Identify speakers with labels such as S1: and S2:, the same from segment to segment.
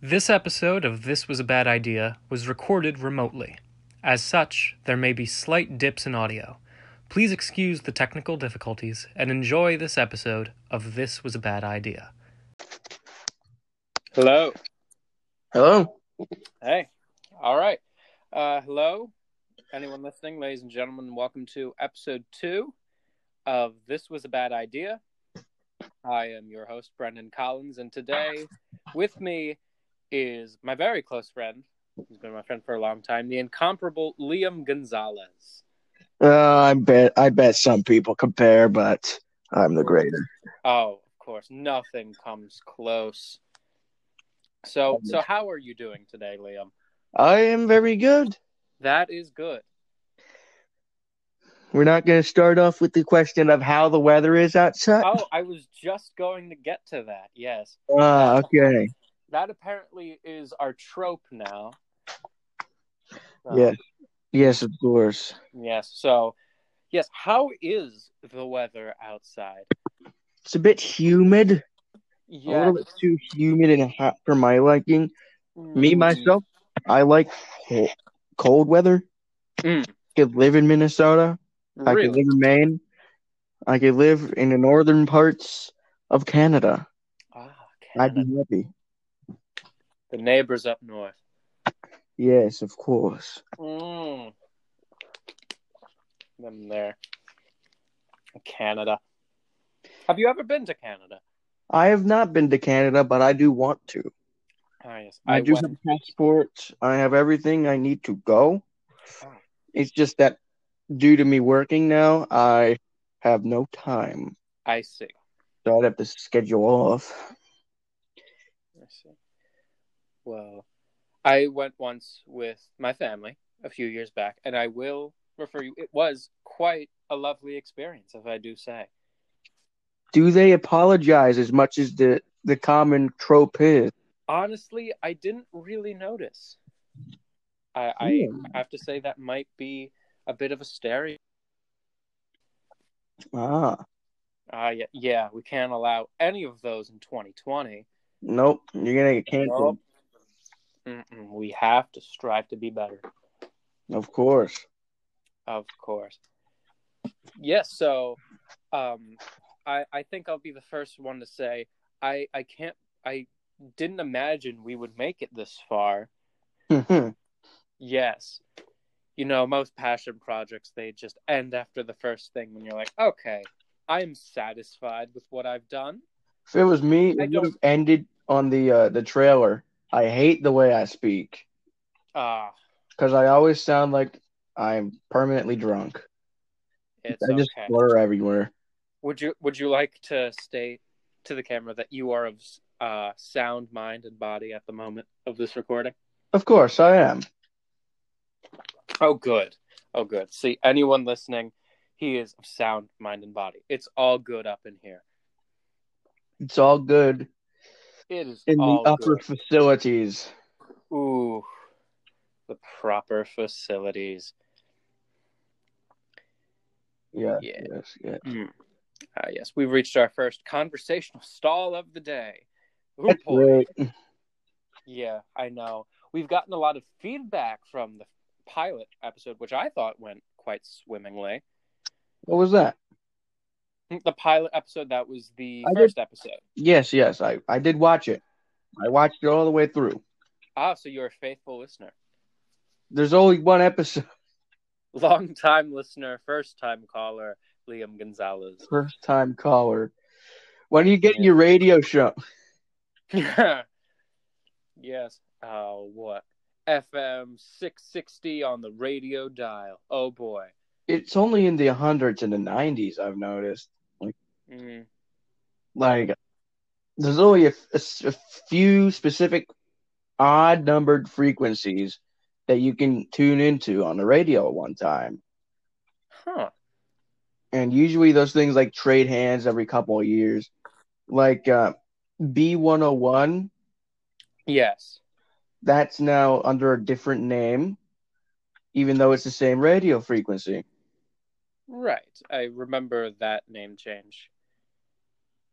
S1: This episode of This Was a Bad Idea was recorded remotely. As such, there may be slight dips in audio. Please excuse the technical difficulties and enjoy this episode of This Was a Bad Idea.
S2: Hello.
S3: Hello.
S2: Hey. All right. Uh, hello, anyone listening, ladies and gentlemen. Welcome to episode two of This Was a Bad Idea. I am your host, Brendan Collins, and today with me is my very close friend. He's been my friend for a long time, the incomparable Liam Gonzalez.
S3: Uh, I bet I bet some people compare, but I'm the greater.
S2: Oh, of course, nothing comes close. So, so how are you doing today, Liam?
S3: I am very good.
S2: That is good.
S3: We're not going to start off with the question of how the weather is outside.
S2: Oh, I was just going to get to that. Yes.
S3: Ah, okay.
S2: that apparently is our trope now. So,
S3: Yeah. Yes, of course.
S2: Yes. So, yes. How is the weather outside?
S3: It's a bit humid, a
S2: Yeah.
S3: little bit too humid and hot for my liking.
S2: Mm.
S3: Me myself, I like co- cold weather.
S2: Mm.
S3: Could live in Minnesota. I could
S2: Really?
S3: live in Maine. I could live in the northern parts of Canada.
S2: Ah,
S3: I'd
S2: Canada.
S3: be happy.
S2: The neighbors up north.
S3: Yes, of course.
S2: Mm. Them there. Canada. Have you ever been to Canada?
S3: I have not been to Canada, but I do want to.
S2: Oh, yes.
S3: I, do
S2: went.
S3: have a passport. I have everything I need to go.
S2: Oh.
S3: It's just that due to me working now, I have no time.
S2: I see.
S3: So I'd have to schedule off.
S2: I see. Well, I went once with my family a few years back, and I will refer you. It was quite a lovely experience, if I do say.
S3: Do they apologize as much as the, the common trope is?
S2: Honestly, I didn't really notice. I, I
S3: Hmm.
S2: have to say that might be a bit of a stereo.
S3: Ah,
S2: Ah, yeah, yeah, we can't allow any of those in 2020.
S3: nope. You're going to get canceled.
S2: Nope. Mm-mm, we have to strive to be better.
S3: Of course.
S2: Of course. Yes, so um I I think I'll be the first one to say I I can't I didn't imagine we would make it this far. Yes. You know, most passion projects they just end after the first thing when you're like, "Okay, I'm satisfied with what I've done."
S3: if it was me,
S2: I
S3: it
S2: don't-
S3: would have ended on the, uh, the trailer. I hate the way I speak
S2: Ah,
S3: because I always sound like I'm permanently drunk.
S2: it's
S3: I just
S2: okay.
S3: blur everywhere.
S2: Would you would you like to state to the camera that you are of uh sound mind and body at the moment of this recording?
S3: Of course, I am.
S2: Oh, good. Oh, good. See, anyone listening, he is of sound mind and body. It's all good up in here.
S3: It's all good
S2: It is
S3: in
S2: all
S3: the upper
S2: good.
S3: facilities.
S2: Ooh, the proper facilities.
S3: Yeah,
S2: Yeah.
S3: yes, yeah.
S2: Ah, yes, we've reached our first conversational stall of the day. Ooh,
S3: That's
S2: boy.
S3: great.
S2: Yeah, I know. We've gotten a lot of feedback from the pilot episode, which I thought went quite swimmingly. Hmm,
S3: What was that?
S2: The pilot episode, that was the
S3: I did-
S2: first episode.
S3: Yes, yes. I, I did watch it. I watched it all the way through.
S2: Ah, so you're a faithful listener.
S3: There's only one episode.
S2: Long-time listener, first-time caller, Liam Gonzalez.
S3: First time caller. When are you getting your radio show?
S2: yes. Oh, what? FM 660 on the radio dial. Oh, boy.
S3: It's only in the hundreds and the nineties. I've noticed.
S2: Mm.
S3: Like, there's only a, a s- a few specific odd numbered frequencies that you can tune into on the radio at one time.
S2: Huh.
S3: and usually those things like trade hands every couple of years. Like uh, B101,
S2: Yes.
S3: that's now under a different name, even though it's the same radio frequency.
S2: Right. I remember that name change.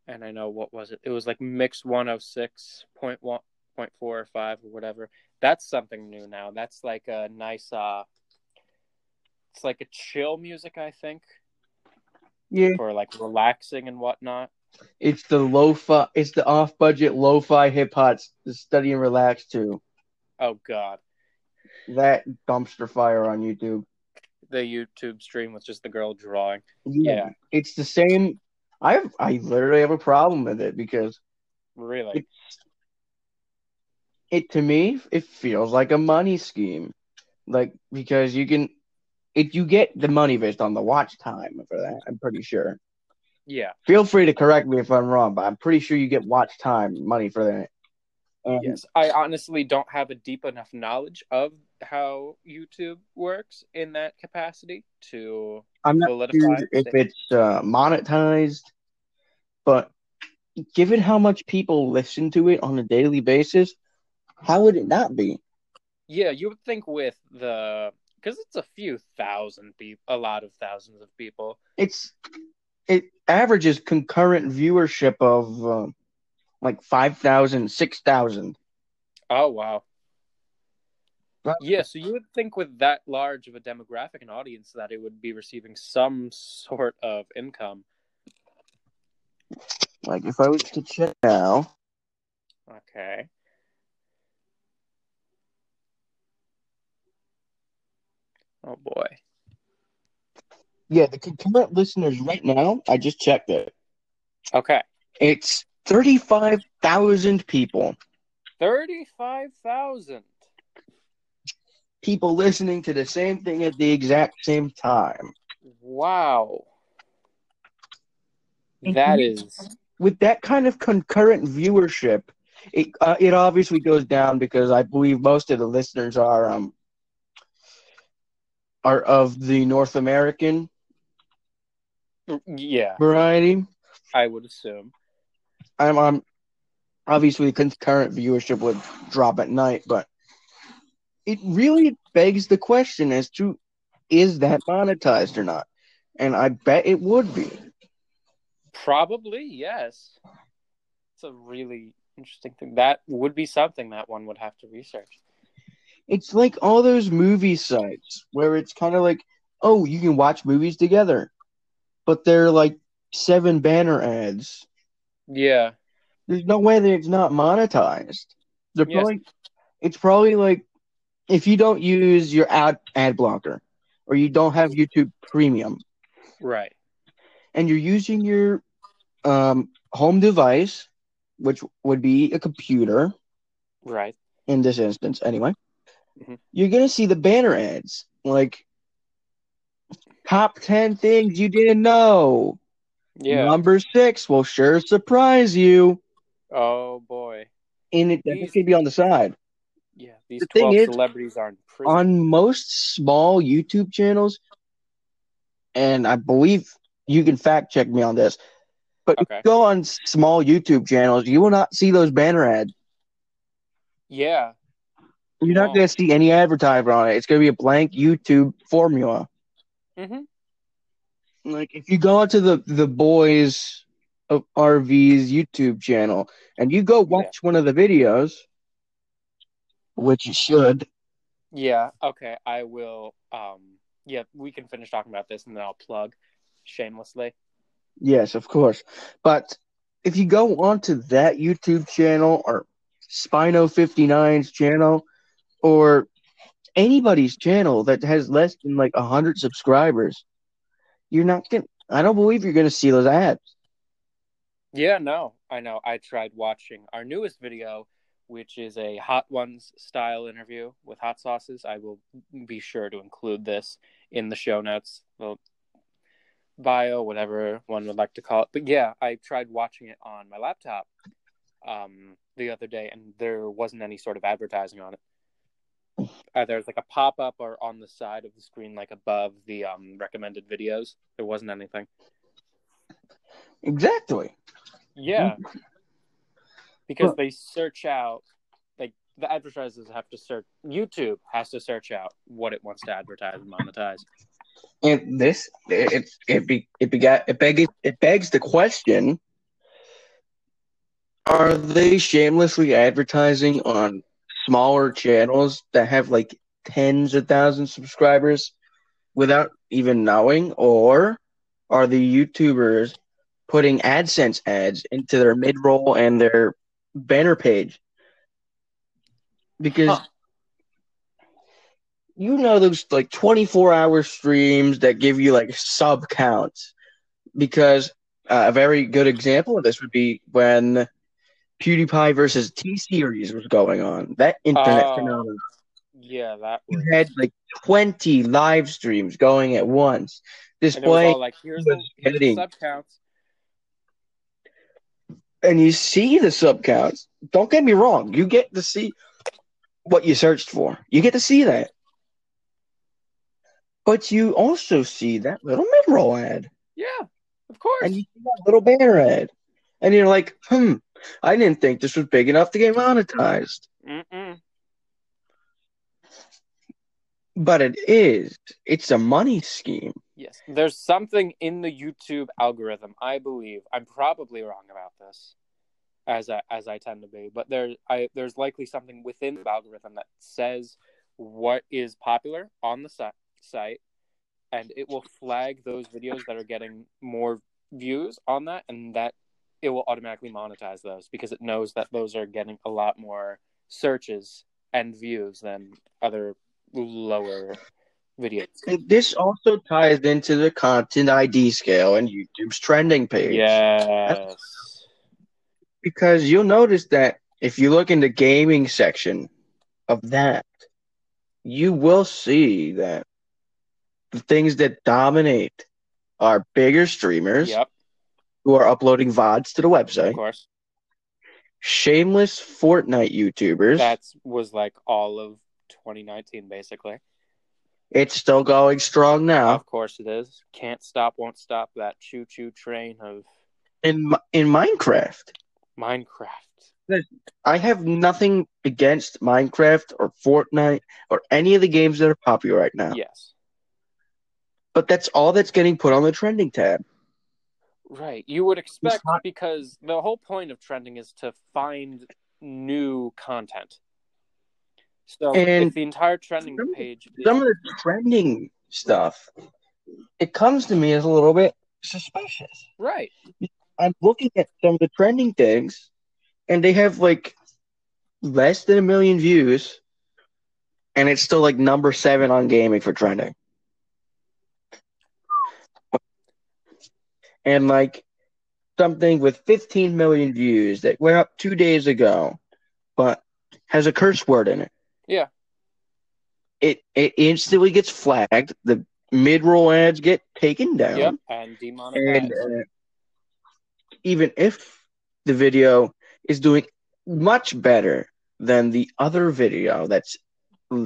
S2: And I know what was it? It was like Mix 106.1 point four or five or whatever. That's something new now. That's like a nice uh it's like a chill music, I think,
S3: Yeah,
S2: for like relaxing and whatnot.
S3: it's the lo-fi. It's the off-budget lo-fi hip hop to study and relax to.
S2: Oh god.
S3: That dumpster fire on YouTube.
S2: The YouTube stream with just the girl drawing.
S3: Yeah,
S2: Yeah.
S3: it's the same. I have, I literally have a problem with it because
S2: Really?
S3: it to me it feels like a money scheme, like because you can, it you get the money based on the watch time for that. I'm pretty sure.
S2: Yeah.
S3: Feel free to correct me if I'm wrong, but I'm pretty sure you get watch time money for that. Um,
S2: Yes. I honestly don't have a deep enough knowledge of how YouTube works in that capacity to
S3: I'm not
S2: solidify.
S3: sure if it's uh, monetized, but given how much people listen to it on a daily basis, how would it not be?
S2: Yeah, you would think with the because it's a few thousand people, a lot of thousands of people.
S3: it's it averages concurrent viewership of uh, like 5,000, 6,000.
S2: Oh wow,
S3: Right.
S2: yeah. So you would think with that large of a demographic and audience that it would be receiving some sort of income.
S3: Like if I was to check now,
S2: Okay. Oh boy.
S3: yeah, the concurrent listeners right now, I just checked it.
S2: Okay,
S3: It's 35,000 people.
S2: thirty-five thousand.
S3: People listening to the same thing at the exact same time.
S2: Wow,
S3: Mhm.
S2: that is
S3: With that kind of concurrent viewership, it uh, it obviously goes down because I believe most of the listeners are um are of the North American
S2: yeah.
S3: variety.
S2: I would assume.
S3: I'm um obviously concurrent viewership would drop at night, but it really begs the question as to is that monetized or not? And I bet it would be.
S2: Probably, yes. It's a really interesting thing. That would be something that one would have to research.
S3: It's like all those movie sites where it's kind of like, oh, you can watch movies together, but they're like seven banner ads.
S2: Yeah.
S3: There's no way that it's not monetized. They're
S2: Yes.
S3: probably, it's probably like if you don't use your ad ad blocker or you don't have YouTube Premium,
S2: Right.
S3: and you're using your um, home device, which would be a computer
S2: Right.
S3: in this instance, anyway,
S2: Mhm.
S3: you're going to see the banner ads like top 10 things you didn't know.
S2: Yeah.
S3: Number six will sure surprise you.
S2: Oh boy.
S3: And it
S2: These-
S3: that could be on the side.
S2: Yeah. These
S3: thing
S2: twelve
S3: is-
S2: celebrities are in prison.
S3: On most small YouTube channels, and I believe you can fact check me on this, but if
S2: Okay.
S3: you go on small YouTube channels, you will not see those banner ads.
S2: Yeah.
S3: You're not
S2: Wow.
S3: going to see any advertiser on it. It's going to be a blank YouTube formula.
S2: hmm
S3: Like if you go onto the the boys of RV's YouTube channel and you go watch one of the videos, which you should.
S2: Yeah. Okay. I will um yeah, we can finish talking about this and then I'll plug shamelessly.
S3: Yes, of course. But if you go onto that YouTube channel or Spino59's channel or anybody's channel that has less than like 100 subscribers, you're not going to I don't believe you're going to see those ads.
S2: Yeah, no, I know. I tried watching our newest video, which is a Hot Ones style interview with hot sauces. I will be sure to include this in the show notes, the bio, whatever one would like to call it. But yeah, I tried watching it on my laptop um, the other day, and there wasn't any sort of advertising on it. Uh, there's like a pop up or on the side of the screen, like above the um, recommended videos. There wasn't anything.
S3: Exactly.
S2: Yeah. Because
S3: Well-
S2: they search out, like the advertisers have to search. YouTube has to search out what it wants to advertise and monetize.
S3: And this it it it, be, it begat it begs it begs the question: Are they shamelessly advertising on smaller channels that have like tens of thousands subscribers without even knowing? Or are the YouTubers putting AdSense ads into their mid roll and their banner page? Because
S2: Huh.
S3: you know those like 24 hour streams that give you like sub counts because uh, a very good example of this would be when PewDiePie versus T Series was going on. That internet
S2: Oh.
S3: phenomenon.
S2: Yeah, that
S3: You
S2: was.
S3: had like 20 live streams going at once,
S2: And it was
S3: displaying,
S2: all like, here's the, here's the
S3: editing.
S2: sub counts.
S3: and you see the sub counts. Don't get me wrong, you get to see what you searched for. You get to see that. But you also see that little mid roll ad.
S2: Yeah, of course.
S3: and you see that little banner ad, and you're like, hmm, I didn't think this was big enough to get monetized,
S2: Mm-mm.
S3: but it is. It's a money scheme.
S2: Yes, there's something in the YouTube algorithm. I believe I'm probably wrong about this, as I as I tend to be. But there, I there's likely something within the algorithm that says what is popular on the si- site, and it will flag those videos that are getting more views on that, and that it will automatically monetize those because it knows that those are getting a lot more searches and views than other lower videos.
S3: And this also ties into the content ID scale and YouTube's trending page.
S2: Yes.
S3: Because you'll notice that if you look in the gaming section of that, you will see that the things that dominate are bigger streamers
S2: Yep,
S3: who are uploading VODs to the
S2: of
S3: website,
S2: course.
S3: shameless Fortnite YouTubers.
S2: That was like all of 2019, basically.
S3: It's still going strong now.
S2: Of course it is. Can't stop, won't stop that choo choo train of
S3: In Mi- in Minecraft,
S2: Minecraft.
S3: I have nothing against Minecraft or Fortnite or any of the games that are popular right now.
S2: Yes.
S3: But that's all that's getting put on the trending tab.
S2: Right. You would expect
S3: not-
S2: because the whole point of trending is to find new content. So
S3: And
S2: if the entire trending
S3: some-
S2: page is
S3: Some of the trending stuff, it comes to me as a little bit suspicious.
S2: right.
S3: I'm looking at some of the trending things, and they have like less than a million views, and it's still like number seven on gaming for trending. and like something with 15 million views that went up two days ago, but has a curse word in it.
S2: Yeah.
S3: It it instantly gets flagged. The mid roll ads get taken down,
S2: Yep. And
S3: and
S2: demonetized.
S3: uh, even if the video is doing much better than the other video that's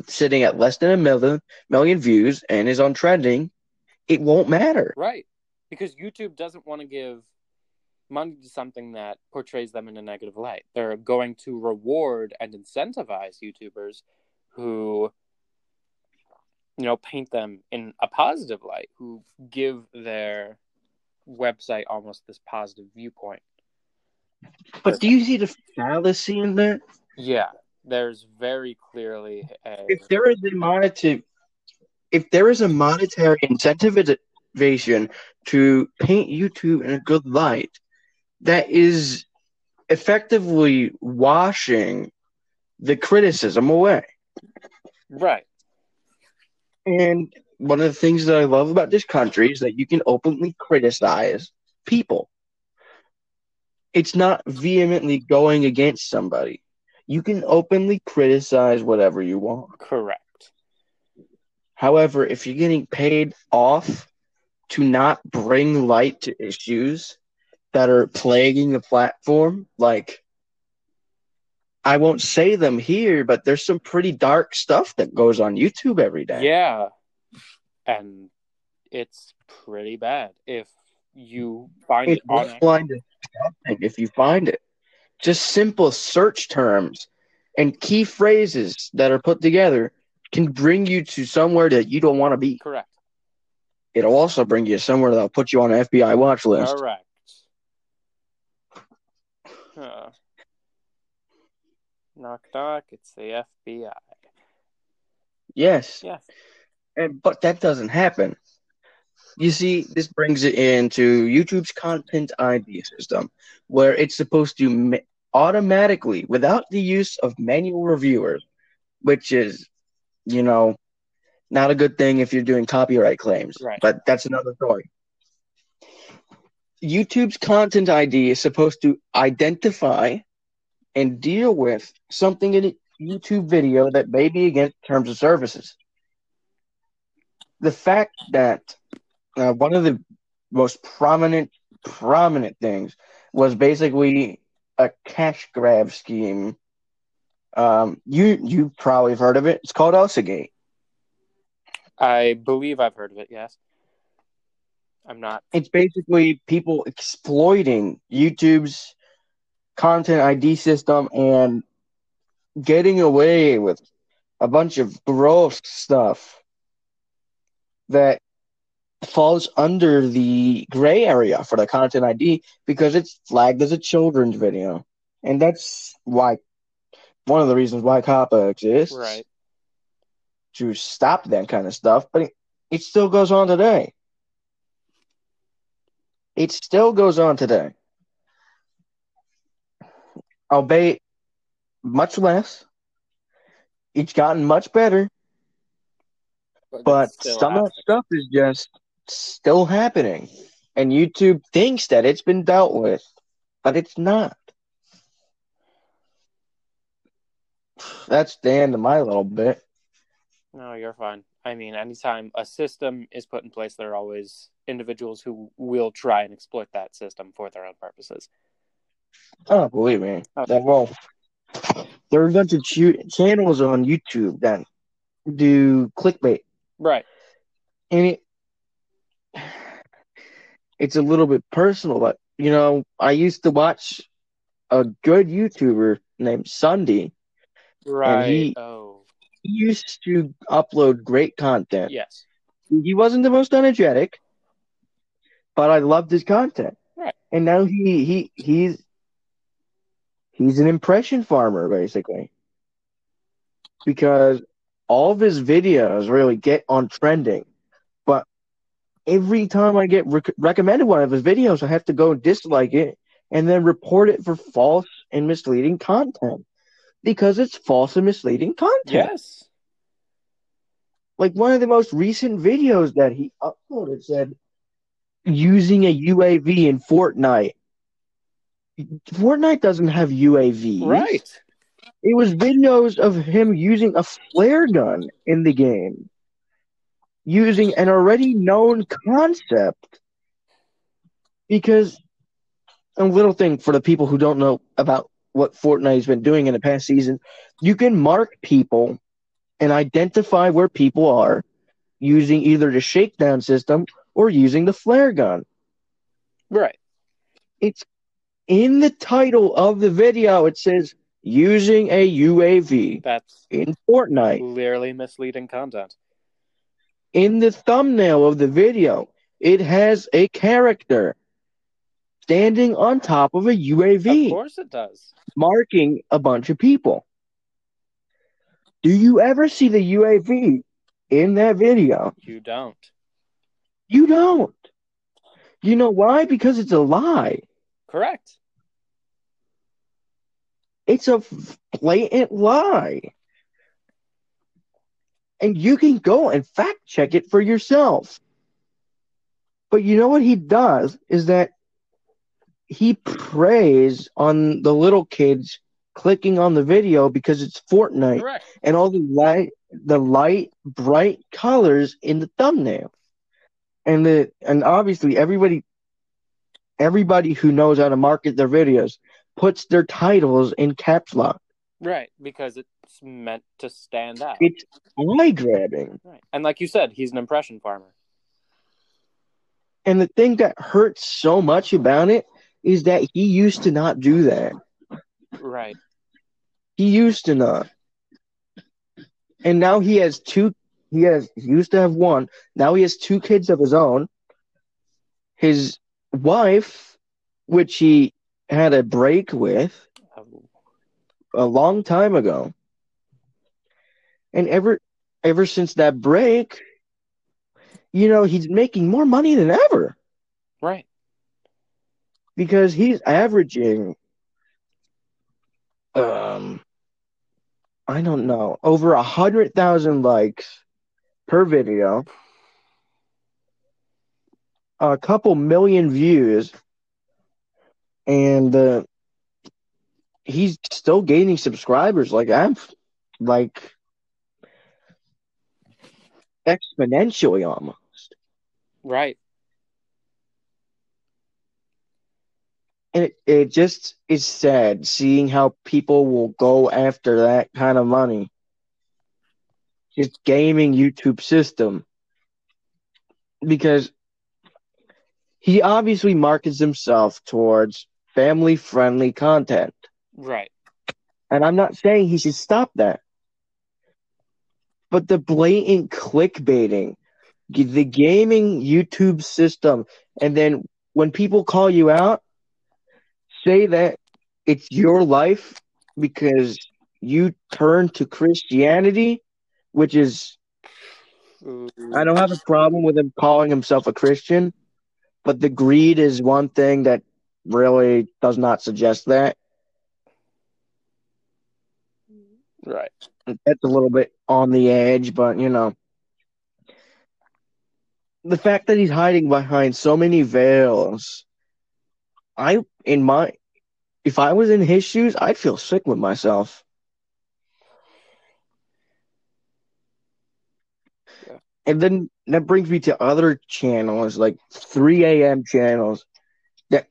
S3: sitting at less than a million million views and is on trending, it won't matter.
S2: Right. Because YouTube doesn't want to give money to something that portrays them in a negative light. They're going to reward and incentivize YouTubers who, you know, paint them in a positive light, who give their website almost this positive viewpoint.
S3: But do you see the fallacy in that?
S2: Yeah. There's very clearly a.
S3: if there is a monetary if there is a monetary incentivization to paint YouTube in a good light, that is effectively washing the criticism away.
S2: Right.
S3: And one of the things that I love about this country is that you can openly criticize people. It's not vehemently going against somebody. You can openly criticize whatever you want.
S2: Correct.
S3: However, if you're getting paid off to not bring light to issues that are plaguing the platform, like I won't say them here, but there's some pretty dark stuff that goes on YouTube every day.
S2: Yeah. And it's pretty bad if you find
S3: It's
S2: it on
S3: worthwhile to something if you find it. Just simple search terms and key phrases that are put together can bring you to somewhere that you don't want to be.
S2: Correct.
S3: It'll also bring you somewhere that'll put you on an FBI watch list.
S2: Correct. Huh. Uh, Knock, knock. It's the FBI.
S3: Yes.
S2: Yes.
S3: And but that doesn't happen. You see, this brings it into YouTube's content ID system, where it's supposed to ma- automatically, without the use of manual reviewers, which is, you know, not a good thing if you're doing copyright claims.
S2: Right.
S3: But that's another story. YouTube's content ID is supposed to identify and deal with something in a YouTube video that may be against terms of services the fact that uh, one of the most prominent prominent things was basically a cash grab scheme. Um, you you probably have heard of it. It's called Elsagate.
S2: I believe I've heard of it. Yes. I'm not.
S3: It's basically people exploiting YouTube's content ID system and getting away with a bunch of gross stuff that falls under the gray area for the content ID because it's flagged as a children's video. And that's why one of the reasons why COPPA exists
S2: Right.
S3: to stop that kind of stuff, but it, it still goes on today. It still goes on today. Albeit much less, it's gotten much better, but
S2: it's still
S3: some of that
S2: happening.
S3: stuff is just still happening and youtube thinks that it's been dealt with but it's not that's the end of my little bit
S2: No, you're fine. I mean, anytime a system is put in place, there are always individuals who will try and exploit that system for their own purposes.
S3: oh believe me that well there are a bunch of chu- channels on youtube that do clickbait
S2: Right.
S3: and it it's a little bit personal but you know i used to watch a good youtuber named sunday
S2: Right.
S3: he-
S2: oh,
S3: he used to upload great content.
S2: yes.
S3: He wasn't the most energetic, but I loved his content.
S2: Right.
S3: And now he he he's he's an impression farmer basically. Because all of his videos really get on trending, but every time I get rec- recommended one of his videos, I have to go dislike it and then report it for false and misleading content because it's false and misleading content
S2: Yes.
S3: like one of the most recent videos that he uploaded said using a UAV in Fortnite. Fortnite doesn't have UAVs.
S2: Right.
S3: It was videos of him using a flare gun in the game, using an already known concept. Because a little thing for the people who don't know about what Fortnite's been doing in the past season, you can mark people and identify where people are using either the shakedown system or using the flare gun.
S2: Right.
S3: It's in the title of the video, it says using a UAV
S2: That's
S3: in Fortnite.
S2: clearly misleading content.
S3: in the thumbnail of the video, it has a character standing on top of a
S2: Of
S3: UAV,
S2: course it does.
S3: marking a bunch of people. Do you ever see the UAV in that video?
S2: You don't.
S3: You don't. You know why? Because it's a lie.
S2: Correct.
S3: It's a blatant lie. And you can go and fact check it for yourself. But you know what he does is that he preys on the little kids clicking on the video because it's Fortnite
S2: Correct.
S3: and all the light the light bright colors in the thumbnail and the and obviously everybody everybody who knows how to market their videos puts their titles in caps lock
S2: Right. Because it's meant to stand out.
S3: it's eye grabbing
S2: Right. And like you said, he's an impression farmer.
S3: and the thing that hurts so much about it is that he used to not do that
S2: Right.
S3: he used to not and now he has two he has he used to have one now he has two kids of his own his wife which he had a break with
S2: Um,
S3: a long time ago. And ever ever since that break, you know, he's making more money than ever
S2: Right.
S3: because he's averaging um I don't know, over a hundred thousand likes per video, a couple million views, and uh, he's still gaining subscribers. Like I'm, like exponentially almost.
S2: Right.
S3: and it, it just is sad seeing how people will go after that kind of money it's gaming youtube system because he obviously markets himself towards family friendly content
S2: Right.
S3: and i'm not saying he should stop that but the blatant clickbaiting g- the gaming youtube system and then when people call you out say that it's your life because you turn to Christianity, which is I don't have a problem with him calling himself a Christian, but the greed is one thing that really does not suggest that.
S2: Right.
S3: That's a little bit on the edge, but you know. The fact that he's hiding behind so many veils, I in my if I was in his shoes, I'd feel sick with myself.
S2: Yeah.
S3: And then that brings me to other channels, like 3 a.m. channels that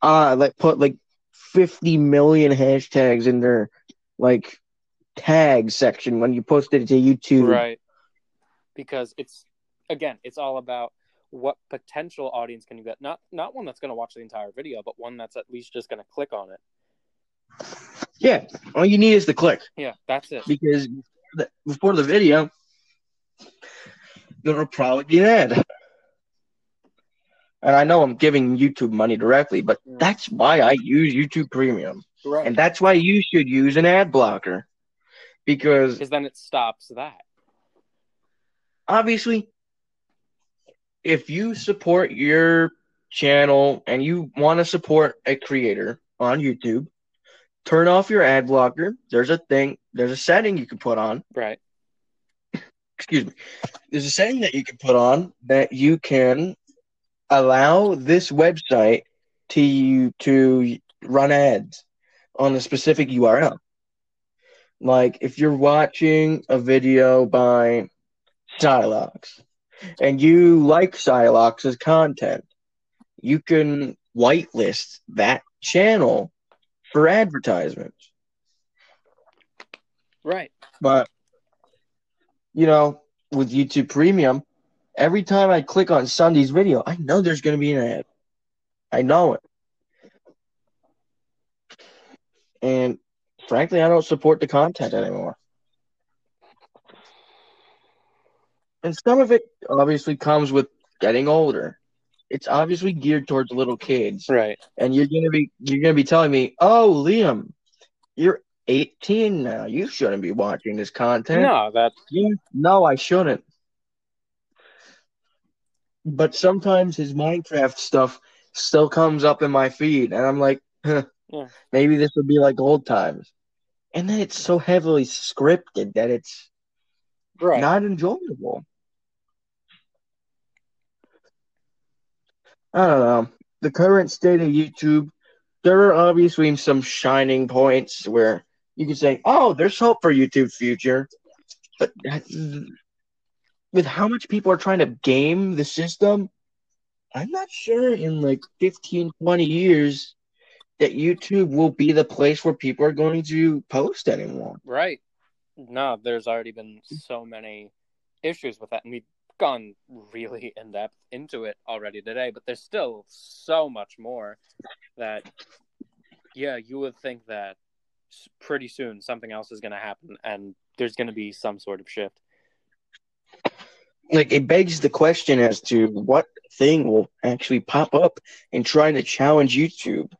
S3: uh like put like 50 million hashtags in their like tag section when you post it to YouTube.
S2: Right. Because it's again, it's all about what potential audience can you get? Not not one that's going to watch the entire video, but one that's at least just going to click on it.
S3: Yeah, all you need is the click.
S2: Yeah, that's it.
S3: because before the, before the video, there'll probably be an ad. And I know I'm giving YouTube money directly, but
S2: Yeah.
S3: that's why I use YouTube Premium,
S2: Right.
S3: and that's why you should use an ad blocker, because
S2: because then it stops that.
S3: obviously, if you support your channel and you want to support a creator on YouTube, turn off your ad blocker. There's a thing, there's a setting you can put on
S2: Right.
S3: excuse me, there's a setting that you can put on that you can allow this website to you to run ads on a specific URL. Like if you're watching a video by Silox and you like Silox's content, you can whitelist that channel for advertisements.
S2: Right.
S3: But you know, with YouTube Premium, every time I click on Sunday's video, I know there's going to be an ad. I know it. And frankly, I don't support the content anymore. And some of it obviously comes with getting older. It's obviously geared towards little kids
S2: Right.
S3: and you're gonna be you're gonna be telling me, oh Liam, you're 18 now. You shouldn't be watching this content.
S2: No, that
S3: You- no, I shouldn't. But sometimes his Minecraft stuff still comes up in my feed, and I'm like, huh,
S2: Yeah.
S3: maybe this would be like old times. And then it's so heavily scripted that it's
S2: right.
S3: not enjoyable. I don't know. The current state of YouTube, there are obviously some shining points where you can say, oh, there's hope for YouTube's future. But that- with how much people are trying to game the system, I'm not sure in like 15, 20 years that YouTube will be the place where people are going to post anymore.
S2: Right. No, there's already been so many issues with that, and we've gone really in depth into it already today. But there's still so much more that, yeah, you would think that s- pretty soon something else is going to happen, and there's going to be some sort of shift.
S3: like it begs the question as to what thing will actually pop up and try to challenge YouTube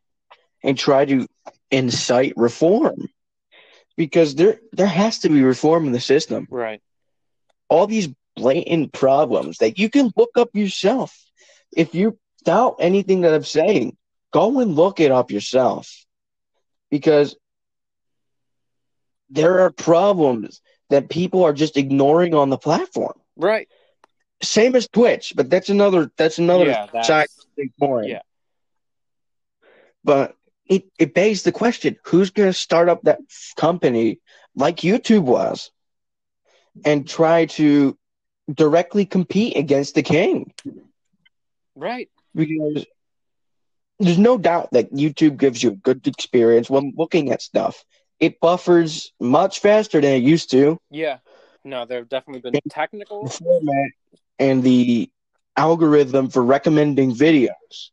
S3: and try to incite reform. because there there has to be reform in the system.
S2: Right.
S3: All these blatant problems that you can look up yourself. If you doubt anything that I'm saying, go and look it up yourself. Because there are problems that people are just ignoring on the platform.
S2: Right.
S3: Same as Twitch, but that's another that's another
S2: yeah. that's-
S3: side to ignoring.
S2: Yeah.
S3: But it, it begs the question who's gonna start up that company like YouTube was and try to directly compete against the king?
S2: Right.
S3: because there's no doubt that YouTube gives you a good experience when looking at stuff. It buffers much faster than it used to.
S2: Yeah. No, there have definitely been
S3: The
S2: technical.
S3: format and the algorithm for recommending videos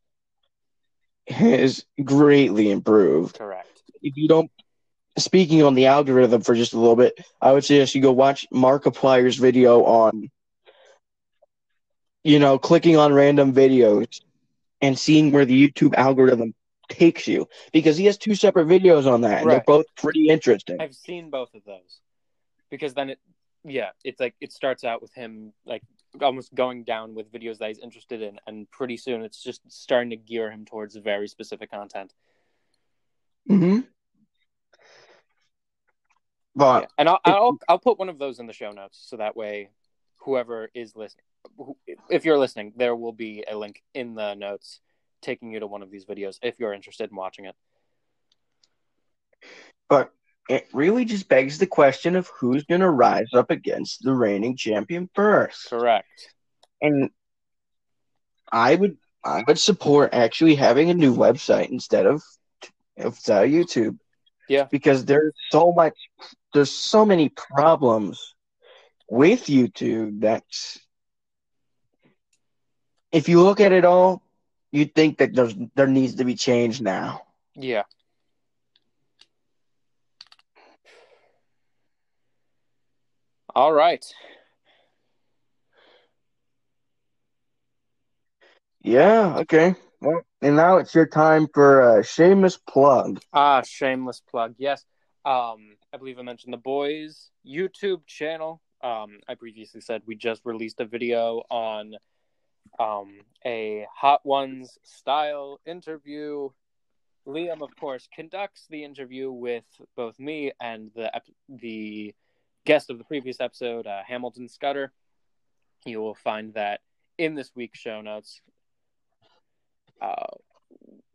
S3: has greatly improved.
S2: Correct.
S3: If you don't, speaking on the algorithm for just a little bit, I would suggest you go watch Markiplier's video on, you know, clicking on random videos and seeing where the YouTube algorithm takes you because he has two separate videos on that and
S2: Right.
S3: they're both pretty interesting.
S2: I've seen both of those because then it, yeah, it's like it starts out with him like almost going down with videos that he's interested in, and pretty soon it's just starting to gear him towards very specific content.
S3: Mm-hmm.
S2: Yeah.
S3: But
S2: And I'll,
S3: it-
S2: I'll I'll put one of those in the show notes so that way, whoever is listening, who- if you're listening, there will be a link in the notes taking you to one of these videos if you're interested in watching it.
S3: but it really just begs the question of who's going to rise up against the reigning champion first.
S2: Correct.
S3: and I would I would support actually having a new website instead of of uh, YouTube.
S2: Yeah.
S3: because there's so much there's so many problems with YouTube that if you look at it all, you'd think that there's there needs to be change now.
S2: Yeah. All right.
S3: Yeah, okay. Well, and now it's your time for a shameless plug.
S2: Ah, shameless plug. Yes. Um, I believe I mentioned the boys YouTube channel. Um, I previously said we just released a video on um a Hot Ones style interview. Liam, of course, conducts the interview with both me and the ep- the guest of the previous episode, uh, Hamilton Scudder. You will find that in this week's show notes. Uh,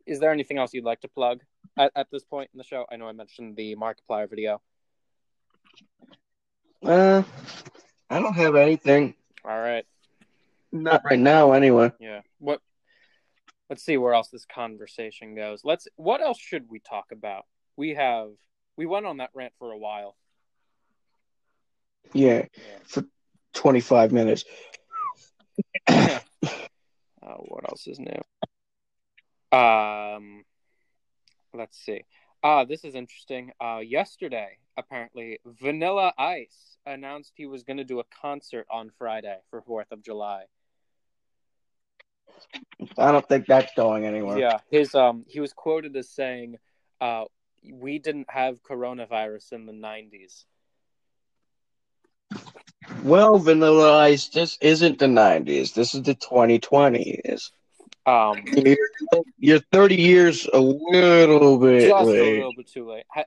S2: is there anything else you'd like to plug at, at this point in the show? I know I mentioned the Markiplier video.
S3: Uh, I don't have anything.
S2: All right,
S3: Not right now, anyway.
S2: yeah. What? Let's see where else this conversation goes. Let's. What else should we talk about? We have. We went on that rant for a while.
S3: Yeah.
S2: Yeah.
S3: 25 minutes.
S2: Uh, what else is new? Um, let's see. Ah, this is interesting. Uh, yesterday, apparently, Vanilla Ice announced he was going to do a concert on Friday for Fourth of July.
S3: I don't think that's going anywhere.
S2: Yeah, his um, he was quoted as saying, uh, "We didn't have coronavirus in the '90s."
S3: Well, Vanilla Ice, this isn't the 90s. This is the 2020s.
S2: Um,
S3: You're, you're 30 years a little bit
S2: just a
S3: late.
S2: little bit too late. Ha-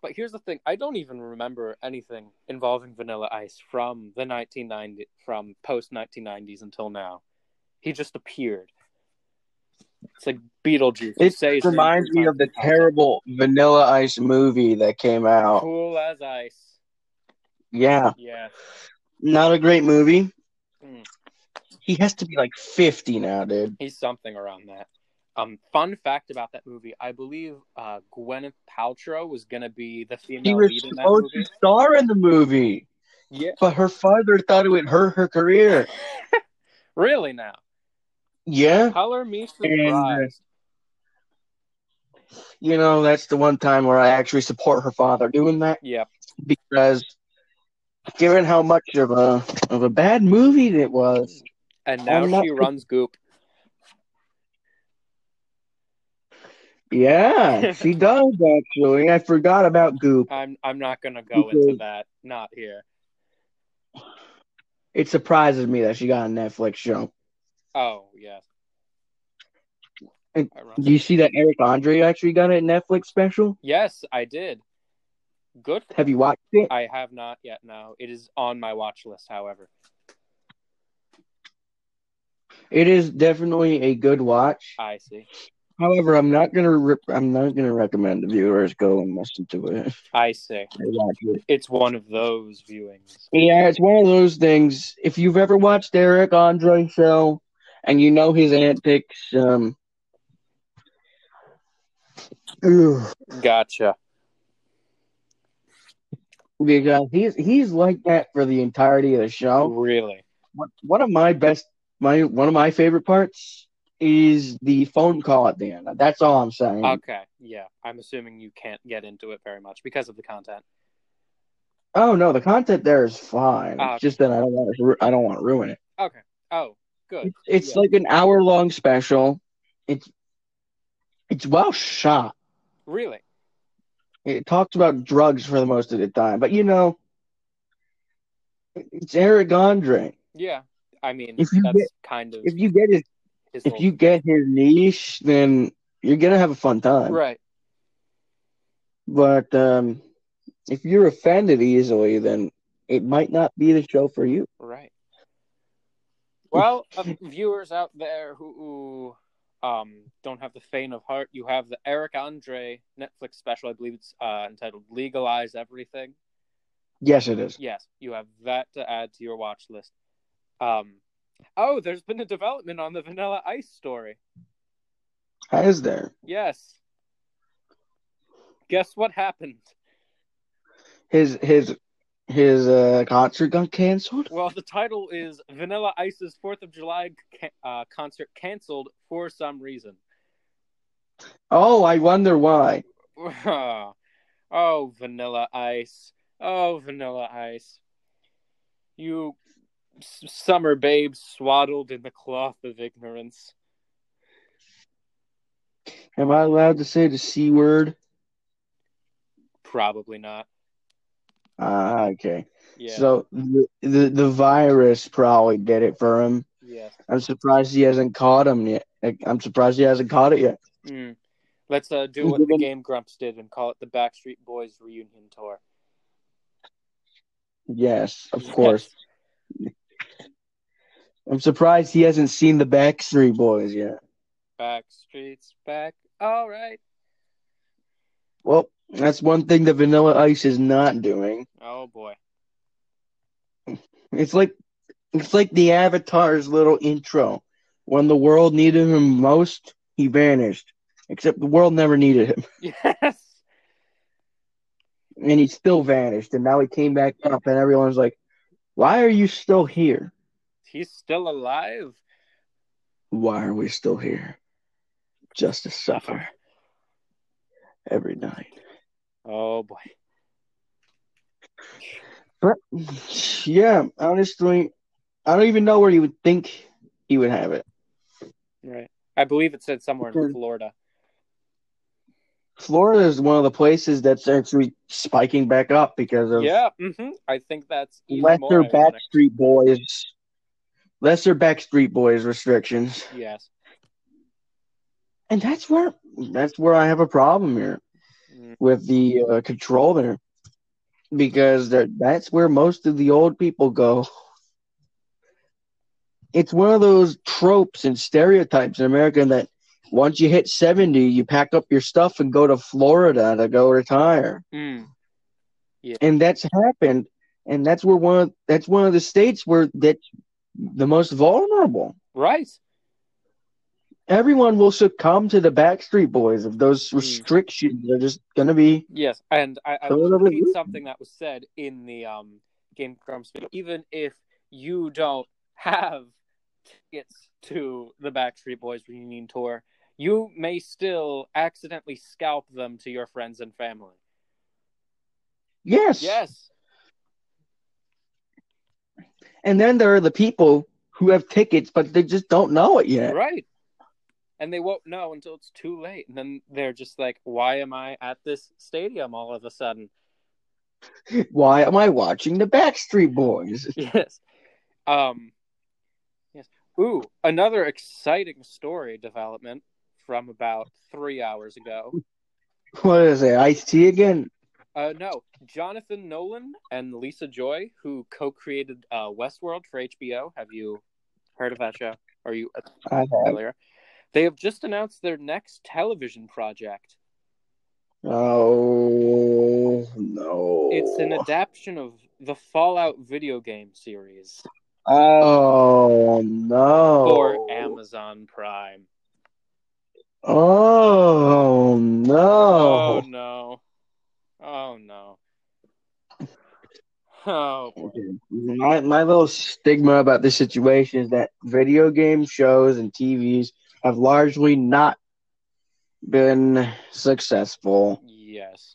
S2: But here's the thing: I don't even remember anything involving Vanilla Ice from the 1990 from post 1990s until now. He just appeared. It's like Beetlejuice.
S3: It
S2: Say his name
S3: reminds
S2: three
S3: me
S2: times
S3: of the
S2: and comes
S3: terrible Vanilla Ice movie that came
S2: out.
S3: out.
S2: Cool as ice.
S3: Yeah,
S2: Yeah.
S3: not a great movie.
S2: Mm.
S3: He has to be like 50 now, dude.
S2: He's something around that. Um, fun fact about that movie: I believe uh, Gwyneth Paltrow was gonna be the
S3: He
S2: female
S3: was
S2: lead in that
S3: supposed to
S2: movie.
S3: star in the movie,
S2: Yeah,
S3: but her father thought it would hurt her career.
S2: really? Now,
S3: Yeah,
S2: color me
S3: And, uh,
S2: surprised.
S3: you know, that's the one time where I actually support her father doing that.
S2: Yep.
S3: because given how much of a of a bad movie it was,
S2: And
S3: I'm
S2: now
S3: not-
S2: she runs Goop.
S3: Yeah, she does actually. I forgot about Goop.
S2: I'm I'm not gonna go
S3: Because-
S2: into that. Not here.
S3: It surprises me that she got a Netflix show.
S2: Oh yeah.
S3: And
S2: I run-
S3: Do you see that Eric Andre actually got a Netflix special?
S2: Yes, I did. Good.
S3: Have you watched it?
S2: I have not yet. No, it is on my watch list. However,
S3: It is definitely a good watch.
S2: I see.
S3: However, I'm not gonna re- I'm not gonna recommend the viewers go and listen to it.
S2: I see.
S3: Or watch it.
S2: It's one of those viewings.
S3: Yeah, it's one of those things. If you've ever watched Eric Andre show, and you know his antics, um, ugh,
S2: Gotcha.
S3: because he's he's like that for the entirety of the show.
S2: Really?
S3: one- one of my best my one of my favorite parts is the phone call at the end. That's all I'm saying.
S2: Okay. Yeah. I'm assuming you can't get into it very much because of the content.
S3: oh no, the content there is fine.
S2: Ah,
S3: It's just that I don't want to, ru- I don't want to ruin it.
S2: Okay. Oh, good.
S3: It's
S2: Yeah.
S3: like an hour long special. It's it's well shot.
S2: Really?
S3: It talks about drugs for the most of the time, but you know, it's Eric Andre.
S2: Yeah. I mean,
S3: If you
S2: that's
S3: get-
S2: kind of
S3: If you get his
S2: his
S3: if
S2: whole-
S3: you get his niche, then you're gonna have a fun time.
S2: right.
S3: But um, if you're offended easily, then it might not be the show for you.
S2: Right. Well, uh, viewers out there who, who um, don't have the faint of heart, you have the Eric Andre Netflix special. I believe it's uh, entitled "Legalize Everything."
S3: Yes, it is.
S2: Yes, you have that to add to your watch list. Um, oh, there's been a development on the Vanilla Ice story.
S3: How is there?
S2: Yes. Guess what happened?
S3: His his his uh, concert got canceled.
S2: Well, the title is Vanilla Ice's Fourth of July ca- uh, concert canceled for some reason.
S3: Oh, I wonder why.
S2: Oh, oh, Vanilla Ice. Oh, Vanilla Ice. You s- summer babe swaddled in the cloth of ignorance.
S3: Am I allowed to say the c word?
S2: Probably not.
S3: Ah, okay.
S2: Yeah.
S3: So the, the the virus probably did it for him.
S2: yes.
S3: I'm surprised he hasn't caught him yet. Like, I'm surprised he hasn't caught it yet.
S2: Mm. Let's uh, do
S3: Is
S2: what
S3: it
S2: the
S3: in-
S2: Game Grumps did and call it the Backstreet Boys reunion tour.
S3: Yes, of
S2: Yes.
S3: course. I'm surprised he hasn't seen the Backstreet Boys yet.
S2: Backstreet's back. All right.
S3: Well, that's one thing that Vanilla Ice is not doing.
S2: Oh boy.
S3: It's like it's like the Avatar's little intro. When the world needed him most, he vanished. Except the world never needed him,
S2: Yes.
S3: and he still vanished. And now he came back up, and everyone's like, "Why are you still here?
S2: He's still alive.
S3: Why are we still here? Just to suffer every night."
S2: Oh boy.
S3: But yeah, honestly, I don't even know where you would think he would have it.
S2: Right. I believe it said somewhere in
S3: Sure.
S2: Florida.
S3: Florida is one of the places that's actually spiking back up because of
S2: Yeah. hmm I think that's even
S3: lesser
S2: more ironic.
S3: Backstreet Boys, lesser Backstreet Boys restrictions,
S2: Yes.
S3: and that's where that's where I have a problem here
S2: Mm,
S3: with the uh, control there, because they're- that's where most of the old people go. It's one of those tropes and stereotypes in America that once you hit seventy, you pack up your stuff and go to Florida to go retire.
S2: mm,
S3: and that's happened and that's where one of, that's one of the states where that's the most vulnerable
S2: Right.
S3: everyone will succumb to the backstreet boys if those
S2: Mm.
S3: restrictions are just going to be
S2: Yes. And I, I
S3: Totally
S2: will repeat
S3: agree.
S2: something that was said in the um, Game Grumps video. Even if you don't have tickets to the Backstreet Boys reunion tour, you may still accidentally scalp them to your friends and family.
S3: yes
S2: Yes.
S3: and then there are the people who have tickets but they just don't know it yet
S2: Right. and they won't know until it's too late. And then they're just like, "Why am I at this stadium all of a sudden?"
S3: Why am I watching the Backstreet Boys?
S2: yes. Um. Yes. Ooh, another exciting story development from about three hours ago.
S3: What is it? Ice T again?
S2: Uh, no, Jonathan Nolan and Lisa Joy, who co-created uh, Westworld for HBO. Have you heard of that show? Are you
S3: I have.
S2: familiar? They have just announced their next television project.
S3: Oh no!
S2: It's an adaptation of the Fallout video game series
S3: oh no!
S2: for Amazon Prime.
S3: Oh no!
S2: Oh no! Oh no! Oh, boy.
S3: My my little stigma about this situation is that video game shows and TVs have largely not been successful.
S2: yes.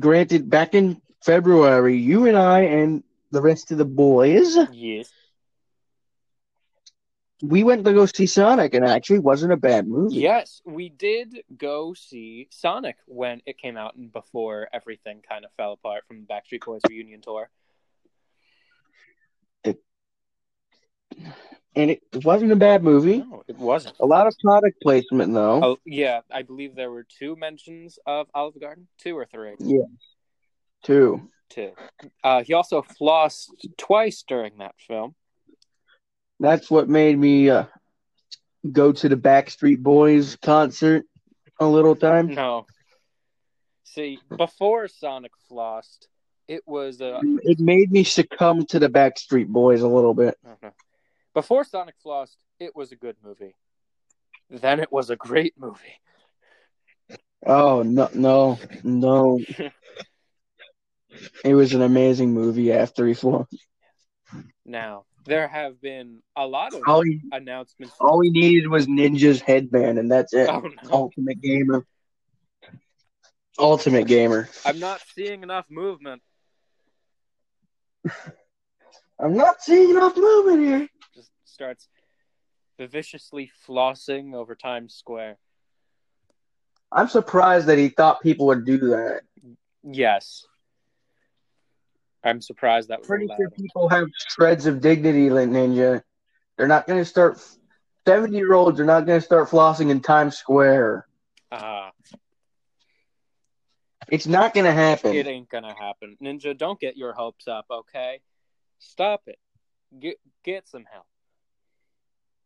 S3: Granted, back in February, you and I and the rest of the boys,
S2: Yes.
S3: we went to go see Sonic, and it actually wasn't a bad movie.
S2: Yes, we did go see Sonic when it came out and before everything kind of fell apart from the Backstreet Boys reunion tour.
S3: And it wasn't a bad movie.
S2: No, it wasn't.
S3: A lot of product placement, though.
S2: Oh, yeah, I believe there were two mentions of Olive Garden, two or three.
S3: Yeah. Too.
S2: Two. Uh, he also flossed twice during that film.
S3: That's what made me uh, go to the Backstreet Boys concert a little time.
S2: No. See, before Sonic flossed, it was uh,
S3: It made me succumb to the Backstreet Boys a little bit.
S2: I don't know. Before Sonic flossed, it was a good movie. Then it was a great movie.
S3: Oh no, no, no! it was an amazing movie after he flew.
S2: Now, there have been a lot of
S3: All he,
S2: announcements.
S3: all he needed was Ninja's headband, and that's it.
S2: Oh, no.
S3: Ultimate gamer. Ultimate gamer.
S2: I'm not seeing enough movement.
S3: I'm not seeing enough movement here.
S2: Just starts viciously flossing over Times Square.
S3: I'm surprised that he thought people would do that.
S2: Yes. I'm surprised that was
S3: Pretty
S2: allowed.
S3: sure people have shreds of dignity, like Ninja. They're not going to start. Seventy year olds are not going to start flossing in Times Square.
S2: Ah,
S3: It's not going to happen.
S2: it ain't gonna happen. Ninja, don't get your hopes up, okay? Stop it. Get get some help.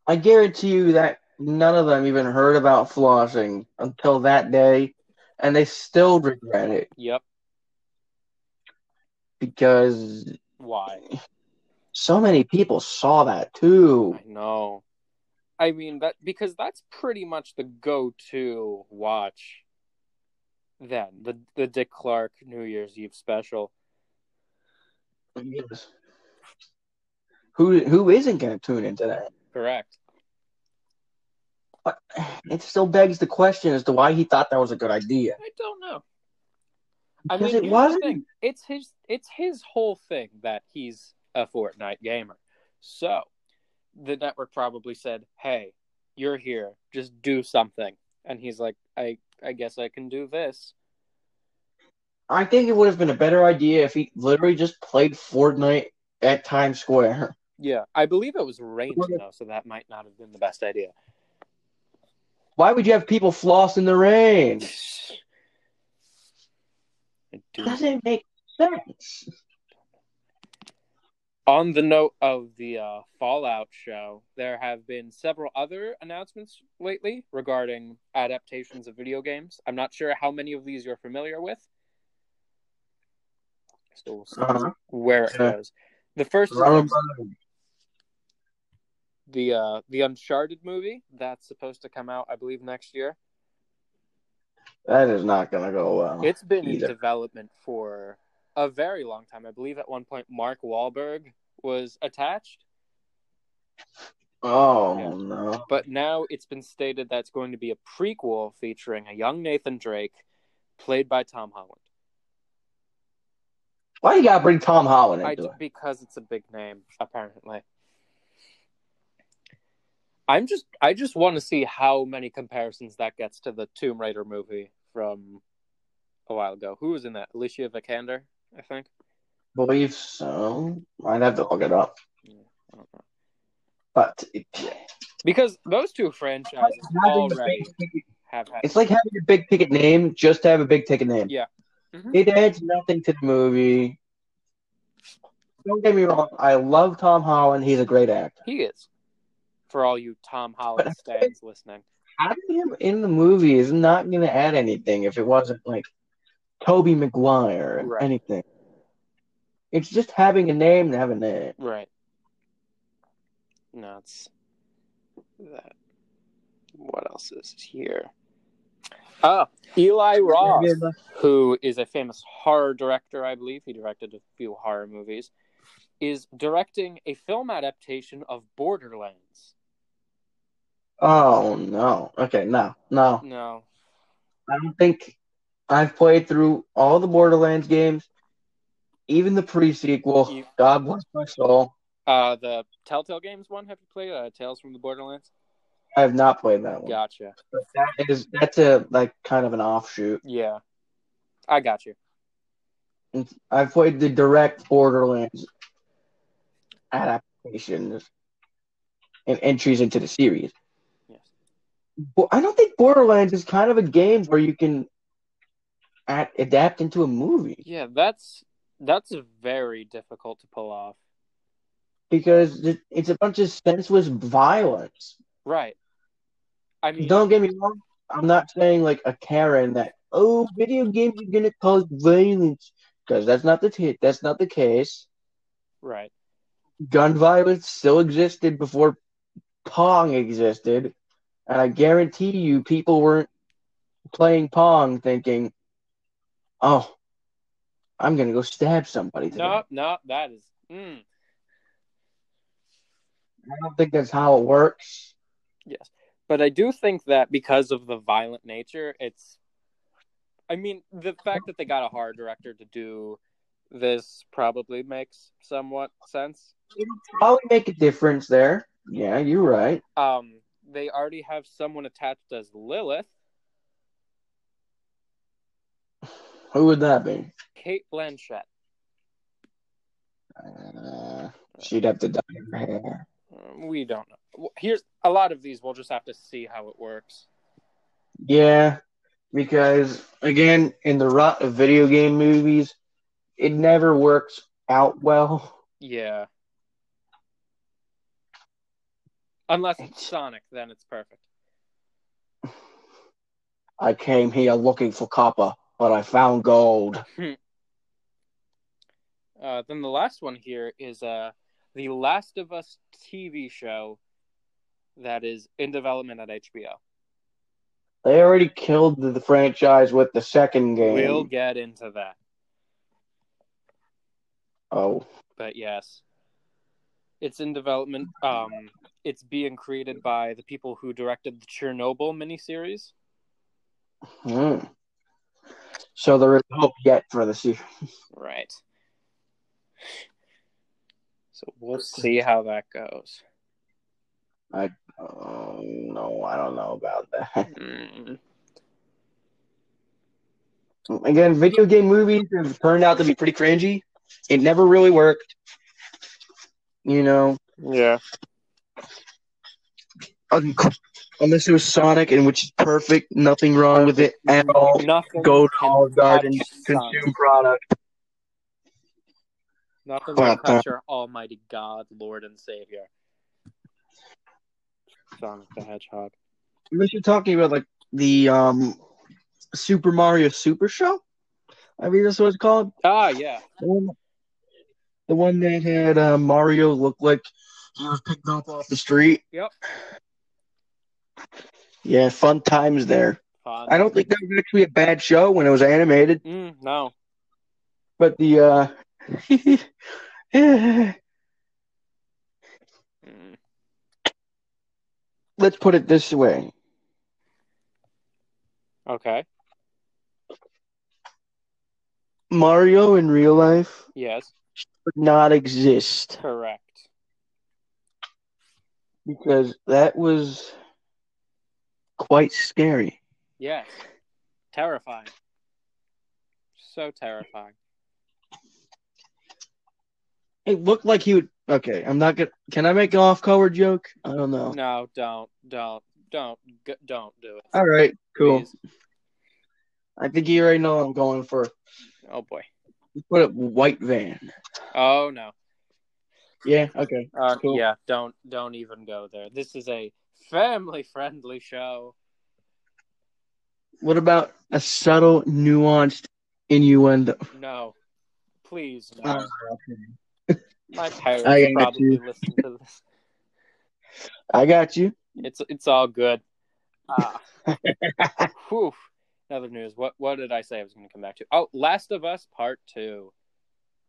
S3: I guarantee you that none of them even heard about flossing until that day, and they still regret it
S2: Yep.
S3: because
S2: Why?
S3: so many people saw that too.
S2: I know. I mean that because that's pretty much the go-to watch. Then the the Dick Clark New Year's Eve special.
S3: Who who isn't going to tune into that?
S2: Correct.
S3: But it still begs the question as to why he thought that was a good idea.
S2: I don't know. I
S3: Because
S2: mean, here's
S3: it
S2: the
S3: wasn't.
S2: thing. It's his. It's his whole thing that he's a Fortnite gamer. So the network probably said, "Hey, you're here. Just do something." And he's like, "I I guess I can do this."
S3: I think it would have been a better idea if he literally just played Fortnite at Times Square.
S2: Yeah, I believe it was raining
S3: What if-
S2: though, so that might not have been the best idea.
S3: Why would you have people floss in the rain?
S2: I do
S3: Doesn't make sense.
S2: On the note of the uh, Fallout show, there have been several other announcements lately regarding adaptations of video games. I'm not sure how many of these you're familiar with. So we'll see
S3: Uh-huh.
S2: where it
S3: Yeah.
S2: goes. The first is
S3: Ronald
S2: the uh, the Uncharted movie that's supposed to come out, I believe, next year.
S3: That is not going to go well.
S2: It's been in
S3: either.
S2: development for a very long time. I believe at one point Mark Wahlberg was attached,
S3: oh
S2: Yeah.
S3: no!
S2: but now it's been stated that's going to be a prequel featuring a young Nathan Drake, played by Tom Holland.
S3: Why you gotta bring Tom Holland
S2: I,
S3: into it?
S2: because it's a big name, apparently. I'm just I just want to see how many comparisons that gets to the Tomb Raider movie from a while ago. Who was in that? Alicia Vikander, I think.
S3: believe so. I'd have to look it up.
S2: I don't know.
S3: But it,
S2: Because those two franchises
S3: having a
S2: already
S3: big ticket-
S2: have had
S3: it's like having a big ticket name just to have a big ticket name.
S2: Yeah. Mhm.
S3: It adds nothing to the movie. Don't get me wrong. I love Tom Holland. He's a great actor.
S2: he is. For all you Tom Holland stands listening.
S3: Having him in the movie is not going to add anything if it wasn't like Toby Maguire or
S2: Right.
S3: anything. It's just having a name to have a name.
S2: Right. No, it's that. What else is here? Oh, Eli Roth, who is a famous horror director, I believe. He directed a few horror movies, is directing a film adaptation of Borderlands.
S3: Oh no. Okay, no, no.
S2: No.
S3: I don't think I've played through all the Borderlands games, even the pre-sequel.
S2: You-
S3: God bless my soul.
S2: Uh, the Telltale Games one, have you played? Uh, Tales from the Borderlands?
S3: I have not played that one.
S2: Gotcha.
S3: But that is that's a like kind of an offshoot.
S2: Yeah. I got you.
S3: I've played the direct Borderlands adaptations and entries into the series.
S2: Yes.
S3: Bo- I don't think Borderlands is kind of a game where you can ad- adapt into a movie
S2: Yeah, that's that's very difficult to pull off.
S3: because it- it's a bunch of senseless violence.
S2: Right. I mean,
S3: Don't get me wrong. I'm not saying like a Karen that oh video games are gonna cause violence because that's not the t- that's not the case.
S2: right.
S3: Gun violence still existed before Pong existed, and I guarantee you people weren't playing Pong thinking, oh, I'm gonna go stab somebody. Today.
S2: No, no, that is. Mm,
S3: I don't think that's how it works.
S2: yes. But I do think that because of the violent nature, it's. I mean, the fact that they got a horror director to do this probably makes somewhat sense.
S3: Probably make a difference there. Yeah, you're right.
S2: Um, they already have someone attached as Lilith,
S3: Who would that be?
S2: Kate Blanchett.
S3: Uh, she'd have to dye her hair.
S2: Um, We don't know. Here's a lot of these. We'll just have to see how it works.
S3: Yeah, because again, in the rut of video game movies, it never works out well.
S2: Yeah. Unless it's
S3: It's-
S2: Sonic, then it's perfect.
S3: I came here looking for copper, but I found gold.
S2: Uh, then the last one here is uh, the Last of Us TV show that is in development at HBO.
S3: They already killed the, the franchise with the second game.
S2: We'll get into that,
S3: Oh,
S2: but yes, it's in development. Um, it's being created by the people who directed the Chernobyl miniseries.
S3: hmm. so there is hope yet for the series.
S2: Right. So we'll see how that goes.
S3: Oh no, I don't know about that.
S2: Mm.
S3: Again, video game movies have turned out to be pretty cringy. It never really worked. You know,
S2: Yeah.
S3: un- unless it was Sonic, and which is perfect, nothing wrong with it at all.
S2: Nothing.
S3: Go to
S2: can
S3: Olive Garden,
S2: touch Sonic.
S3: consume product.
S2: Nothing will
S3: But, uh,
S2: touch our almighty God, Lord, and Savior. Sonic the Hedgehog.
S3: Unless you're talking about like the um, Super Mario Super Show, I mean that's what it's called.
S2: Ah, yeah.
S3: The one, the one that had uh, Mario look like he was picked up off the street.
S2: Yep.
S3: Yeah, fun times there.
S2: Fun.
S3: I don't think that was actually a bad show when it was animated,
S2: Mm, no.
S3: but the uh
S2: Mm.
S3: let's put it this way.
S2: Okay.
S3: Mario in real life
S2: Yes.
S3: would not exist.
S2: Correct.
S3: because that was quite scary.
S2: Yes. Terrifying. So terrifying.
S3: It looked like he would. Okay, I'm not gonna. Can I make an off-color joke? I don't know.
S2: No, don't, don't, don't, g- don't do it.
S3: All right, cool.
S2: Please.
S3: I think you already know what I'm going for.
S2: Oh boy.
S3: Put up white van.
S2: Oh no.
S3: Yeah. Okay.
S2: Uh,
S3: Cool.
S2: Yeah. Don't, don't even go there. This is a family-friendly show.
S3: What about a subtle, nuanced innuendo?
S2: No. Please, no.
S3: Uh,
S2: My parents
S3: I got
S2: probably
S3: you.
S2: listen to this.
S3: I got you.
S2: It's it's all good. Uh, whew. Another news. What what did I say I was going to come back to? Oh, Last of Us Part Two.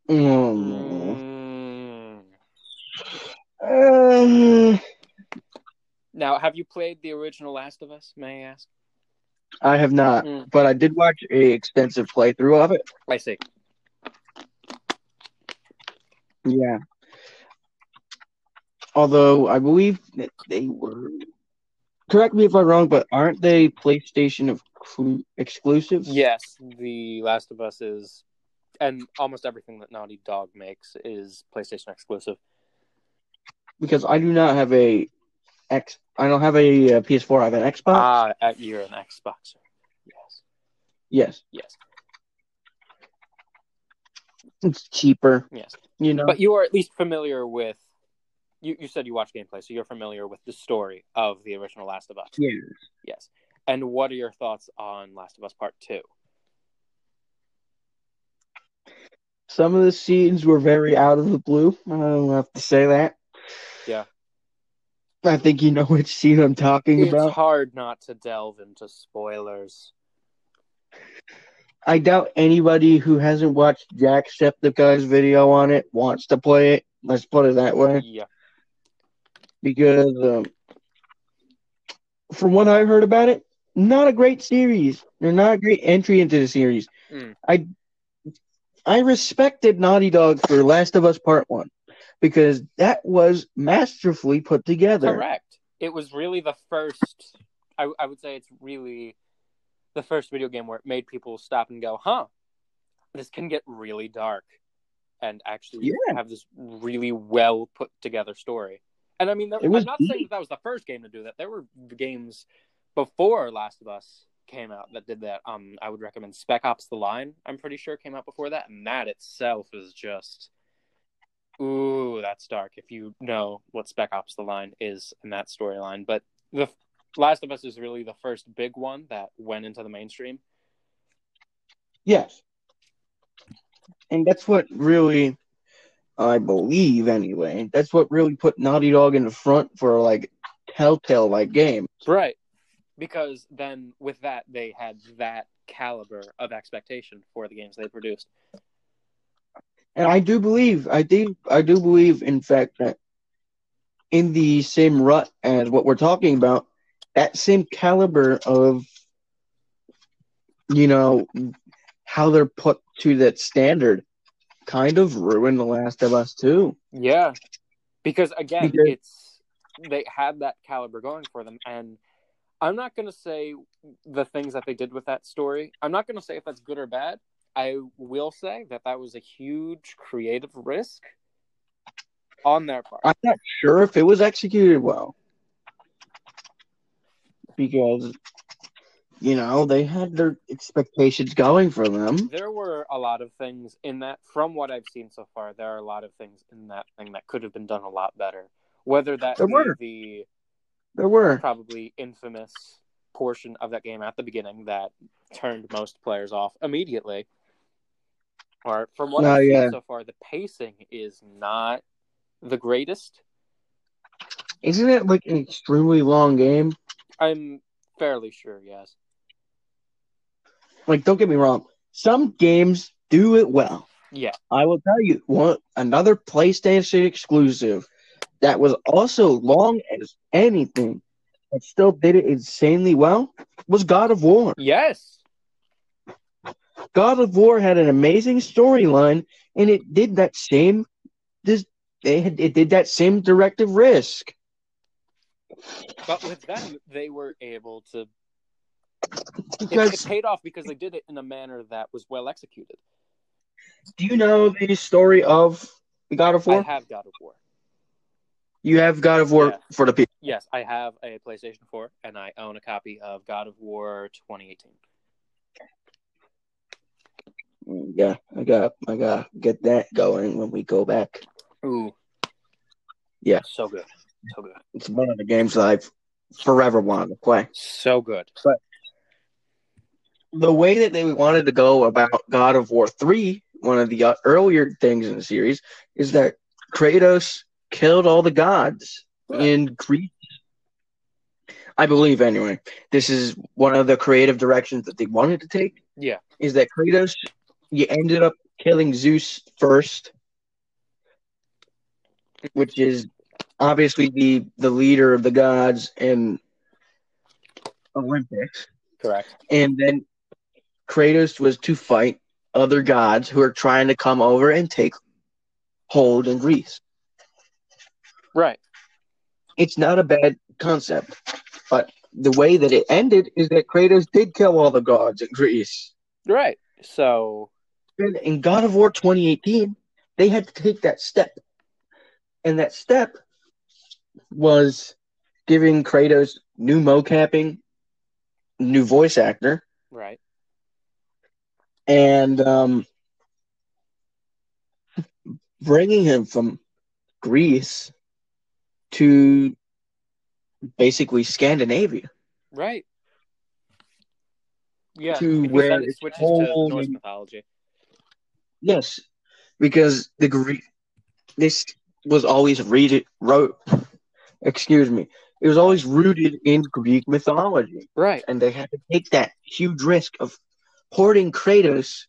S3: Mm.
S2: Mm.
S3: Uh,
S2: Now, have you played the original Last of Us? May I ask?
S3: I have not,
S2: Mm.
S3: but I did watch a extensive playthrough of it.
S2: I see.
S3: Yeah. Although I believe that they were. Correct me if I'm wrong, but aren't they PlayStation exclu- exclusives?
S2: Yes, the Last of Us is, and almost everything that Naughty Dog makes is PlayStation exclusive.
S3: Because I do not have a X. I don't have a, uh PS4. I have an Xbox.
S2: Ah, uh, you're an Xboxer. Yes,
S3: yes,
S2: yes,
S3: it's cheaper.
S2: yes.
S3: You know.
S2: But you are at least familiar with. You, you said you watch gameplay, so you're familiar with the story of the original Last of Us.
S3: Yeah.
S2: Yes. And what are your thoughts on Last of Us Part Two?
S3: Some of the scenes were very out of the blue. I'll have to say that.
S2: Yeah.
S3: I think you know which scene I'm talking
S2: It's
S3: about.
S2: hard not to delve into spoilers.
S3: I doubt anybody who hasn't watched Jacksepticeye's video on it wants to play it. Let's put it that way.
S2: Yeah.
S3: Because, um, from what I've heard about it, not a great series. They're not a great entry into the series.
S2: Mm.
S3: I I respected Naughty Dog for Last of Us Part One because that was masterfully put together.
S2: Correct. It was really the first. I, I would say it's really the first video game where it made people stop and go, "Huh, this can get really dark," and actually
S3: Yeah.
S2: have this really well put together story. And I mean, there,
S3: It was
S2: I'm not saying that that was the first game to do that. There were games before Last of Us came out that did that. Um, I would recommend Spec Ops: The Line. I'm pretty sure came out before that, and that itself is just. Ooh, that's dark. If you know what Spec Ops the line is in that storyline, but the Last of Us is really the first big one that went into the mainstream.
S3: Yes. And that's what really, I believe anyway, that's what really put Naughty Dog in the front for like Telltale like game.
S2: Right. Because then with that they had that caliber of expectation for the games they produced.
S3: And I do believe, I think, I do believe, in fact, that in the same rut as what we're talking about, that same caliber of, you know, how they're put to that standard kind of ruined The Last of Us too.
S2: Yeah. Because again,
S3: Because-
S2: it's they had that caliber going for them and I'm not going to say the things that they did with that story. I'm not going to say if that's good or bad. I will say that that was a huge creative risk on their part.
S3: I'm not sure if it was executed well. Because, you know, they had their expectations going for them.
S2: There were a lot of things in that, from what I've seen so far, there are a lot of things in that thing that could have been done a lot better. Whether that
S3: There
S2: be
S3: were.
S2: the
S3: There were.
S2: probably infamous portion of that game at the beginning that turned most players off immediately. Or from what
S3: Oh,
S2: I've
S3: yeah.
S2: seen so far, the pacing is not the greatest.
S3: Isn't it like an extremely long game?
S2: I'm fairly sure, yes.
S3: Like, don't get me wrong. Some games do it well.
S2: Yeah.
S3: I will tell you one another PlayStation exclusive that was also long as anything, but still did it insanely well was God of War.
S2: Yes.
S3: God of War had an amazing storyline, and it did that same. This they had, it did that same directive risk.
S2: But with them, they were able to. It, it
S3: Because
S2: paid off because they did it in a manner that was well executed.
S3: do you know the story of the God of
S2: I
S3: War?
S2: have God of War.
S3: you have God of War
S2: Yeah.
S3: for the people.
S2: Yes, I have a PlayStation 4 and I own a copy of God of War 2018.
S3: Yeah, I got I got get that going when we go back.
S2: Ooh.
S3: Yeah.
S2: So good. So good.
S3: It's one of the games that I've forever wanted to play.
S2: So good.
S3: The way that they wanted to go about God of War 3, one of the uh, earlier things in the series, is that Kratos killed all the gods in Greece. I believe, anyway. This is one of the creative directions that they wanted to take,
S2: Yeah.
S3: is that Kratos, you ended up killing Zeus first, which is obviously the, the leader of the gods in Olympics.
S2: Correct.
S3: and then Kratos was to fight other gods who are trying to come over and take hold in Greece.
S2: Right.
S3: It's not a bad concept, but the way that it ended is that Kratos did kill all the gods in Greece.
S2: Right. So
S3: And in God of War 2018, they had to take that step, and that step was giving Kratos new mocapping, new voice actor,
S2: right.
S3: and um, bringing him from Greece to basically Scandinavia
S2: Right. Yeah.
S3: to
S2: because
S3: where
S2: then it
S3: it's
S2: switches to
S3: whole
S2: Norse mythology.
S3: yes, because the Greek this was always rooted wrote excuse me it was always rooted in Greek mythology
S2: Right.
S3: and they had to take that huge risk of porting Kratos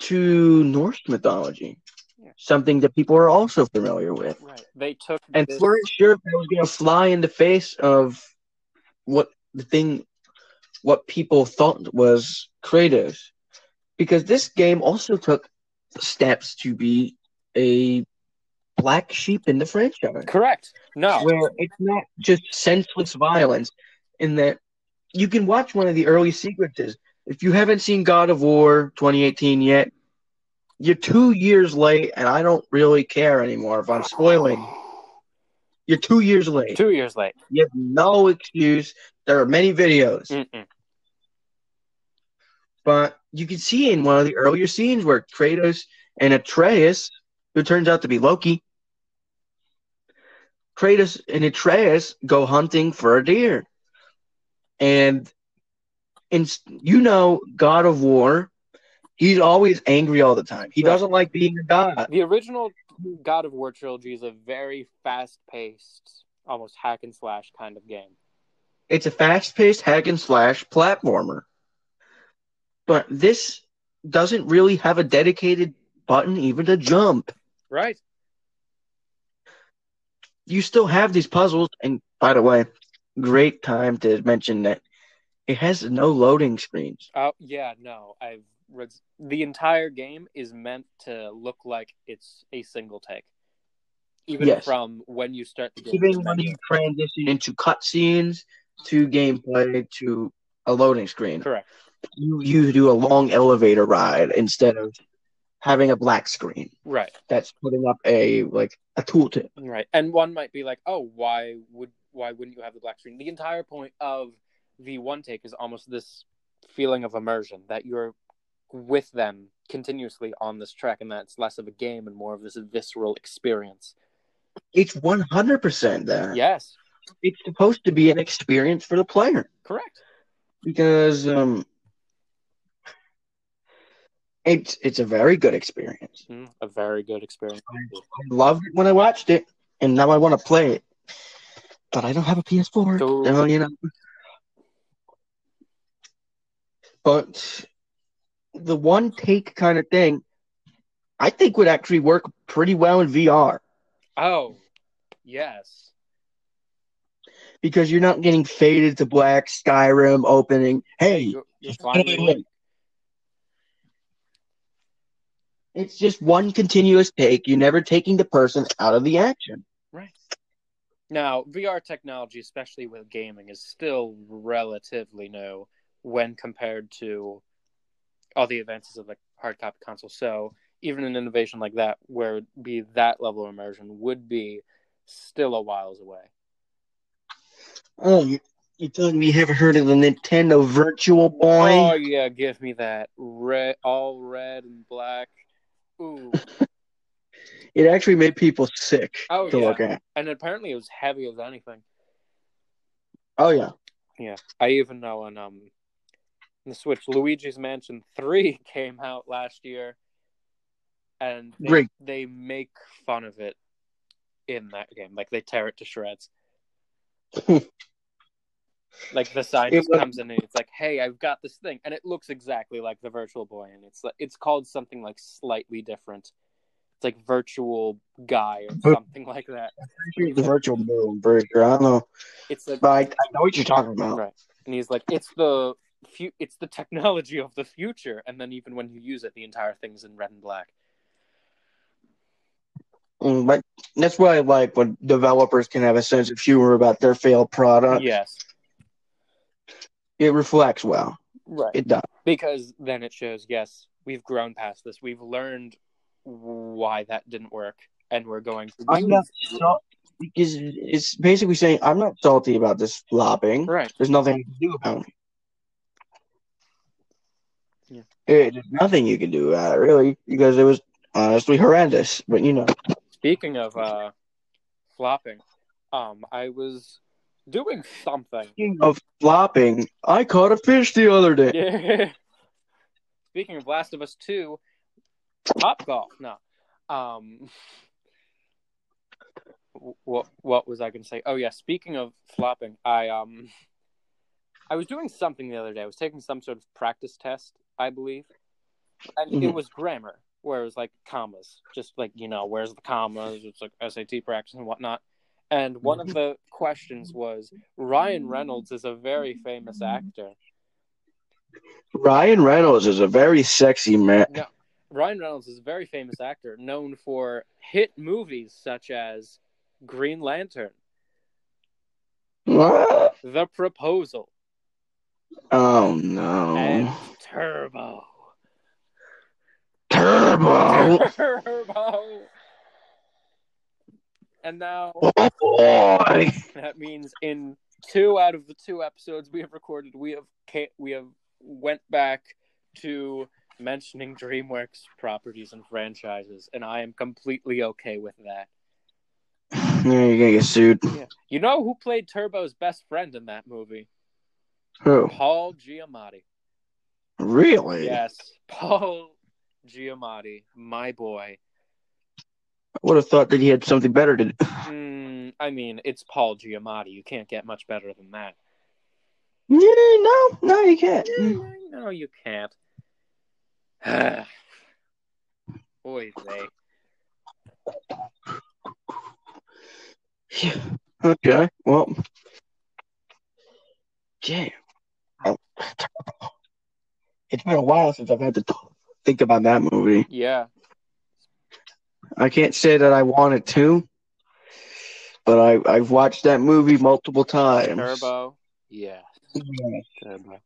S3: to Norse mythology,
S2: Yeah.
S3: something that people are also familiar with.
S2: Right. They took
S3: and
S2: this-
S3: weren't sure if that was going to fly in the face of what the thing, what people thought was Kratos, because this game also took steps to be a black sheep in the franchise,
S2: correct. No.
S3: where it's not just senseless violence, in that you can watch one of the early sequences. If you haven't seen God of War 2018 yet, you're two years late, and I don't really care anymore if I'm spoiling. You're two years late.
S2: Two years late.
S3: You have no excuse. There are many videos,
S2: Mm-mm.
S3: but you can see in one of the earlier scenes where Kratos and Atreus, who turns out to be Loki, Kratos and Atreus go hunting for a deer. And in, you know, God of War, he's always angry all the time. He
S2: Right.
S3: doesn't like being a god.
S2: The original God of War trilogy is a very fast paced, almost hack and slash kind of game.
S3: It's a fast paced hack and slash platformer. But this doesn't really have a dedicated button even to jump.
S2: Right.
S3: You still have these puzzles, and by the way, great time to mention that it has no loading screens.
S2: Oh yeah, no. I've read the entire game is meant to look like it's a single take. Even
S3: Yes.
S2: from when you start the game. to
S3: Even
S2: the
S3: when
S2: menu.
S3: you transition into cutscenes to gameplay to a loading screen,
S2: Correct.
S3: you, you do a long elevator ride instead of having a black screen
S2: Right.
S3: that's putting up a like a tooltip.
S2: Right. And one might be like, "Oh, why would why wouldn't you have the black screen?" The entire point of the one take is almost this feeling of immersion that you're with them continuously on this track and that's less of a game and more of this visceral experience.
S3: It's 100% that.
S2: Yes.
S3: It's supposed to be an experience for the player.
S2: Correct.
S3: because um, it's it's a very good experience.
S2: Mm, a very good experience.
S3: I loved it when I watched it, and now I want to play it, but I don't have a PS4.
S2: So-
S3: so, you know. But the one take kind of thing, I think would actually work pretty well in VR
S2: Oh. Yes.
S3: because you're not getting faded to black, Skyrim opening. Hey,
S2: You're, you're
S3: just
S2: finally
S3: gonna be
S2: awake.
S3: late. It's just one continuous take. You're never taking the person out of the action.
S2: Right. Now, VR technology, especially with gaming, is still relatively new when compared to all the advances of the hard copy console. So, even an innovation like that, where it'd be that level of immersion, would be still a whiles away.
S3: Oh, you- you're telling me you haven't heard of the Nintendo Virtual Boy?
S2: Oh yeah, give me that red, all red and black. Ooh,
S3: It actually made people sick
S2: Oh,
S3: to
S2: yeah.
S3: look at.
S2: and apparently it was heavy as anything.
S3: Oh yeah.
S2: Yeah, I even know on um the Switch, Luigi's Mansion Three came out last year, and they,
S3: Great.
S2: they make fun of it in that game, like they tear it to shreds. like the scientist
S3: was-
S2: comes in and it's like, "Hey, I've got this thing," and it looks exactly like the Virtual Boy, and it's like it's called something like slightly different. It's like Virtual Guy or
S3: Vir-
S2: something like that.
S3: The Virtual Boy, I'm pretty sure. I don't know,
S2: It's like
S3: but I, I know what you're talking about.
S2: Right. And he's like, it's the fu- it's the technology of the future. And then even when you use it, the entire thing's in red and black.
S3: Mm, But that's why I like when developers can have a sense of humor about their failed product.
S2: yes.
S3: It reflects well.
S2: Right.
S3: It does.
S2: Because then it shows, yes, we've grown past this. We've learned why that didn't work, and we're going to
S3: I'm not
S2: use-
S3: sal- because it's basically saying I'm not salty about this flopping.
S2: Right.
S3: There's nothing you can do about it.
S2: Yeah.
S3: Eh, there's nothing you can do about it, really, because it was honestly horrendous. But you know,
S2: Speaking of uh, flopping, um, I was doing something.
S3: speaking of flopping, I caught a fish the other day.
S2: Yeah. Speaking of Last of Us Two, Top Golf. No. Um. wh- What What was I going to say? Oh yeah. Speaking of flopping, I um. I was doing something the other day. I was taking some sort of practice test, I believe, and it
S3: Mhm.
S2: was grammar, where it was like commas, just like you know, where's the commas? It's like SAT practice and whatnot. And one of the questions was Ryan Reynolds is a very famous actor.
S3: Ryan Reynolds is a very sexy man.
S2: No, Ryan Reynolds is a very famous actor known for hit movies such as Green Lantern,
S3: What?
S2: The Proposal,
S3: Oh no!
S2: and Turbo.
S3: Turbo!
S2: Turbo. And now
S3: oh boy!
S2: that means in two out of the two episodes we have recorded, we have ca- we have went back to mentioning DreamWorks properties and franchises, and I am completely okay with that.
S3: Yeah, you're gonna get sued.
S2: You know who played Turbo's best friend in that movie?
S3: Who?
S2: Paul Giamatti.
S3: Oh, Really?
S2: Yes, Paul Giamatti, my boy.
S3: I would have thought that he had something better to do.
S2: Mm, I mean, it's Paul Giamatti. You can't get much better than that.
S3: Yeah, no, no, you can't.
S2: No, you can't. Boy, they.
S3: Yeah. Okay, well. Damn. Oh, It's been a while since I've had to th- think about that movie.
S2: Yeah,
S3: I can't say that I wanted to, but I, I've watched that movie multiple times.
S2: Turbo. Yeah,
S3: Yeah.
S2: Turbo.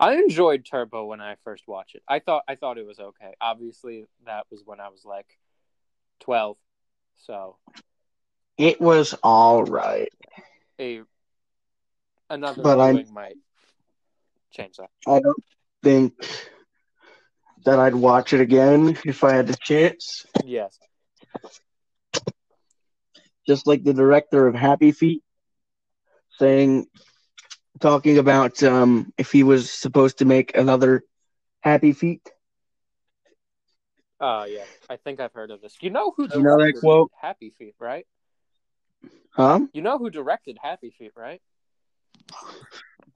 S2: I enjoyed Turbo when I first watched it. I thought I thought it was okay. Obviously, that was when I was like twelve, so
S3: It was all right.
S2: a another
S3: But I'm-
S2: viewing might change that.
S3: I don't think that I'd watch it again if I had the chance.
S2: Yes.
S3: just like the director of Happy Feet saying talking about um if he was supposed to make another Happy Feet.
S2: Oh yeah, I think I've heard of this. You know who
S3: You know that quote?
S2: Happy Feet, right?
S3: Huh?
S2: You know who directed Happy Feet, right?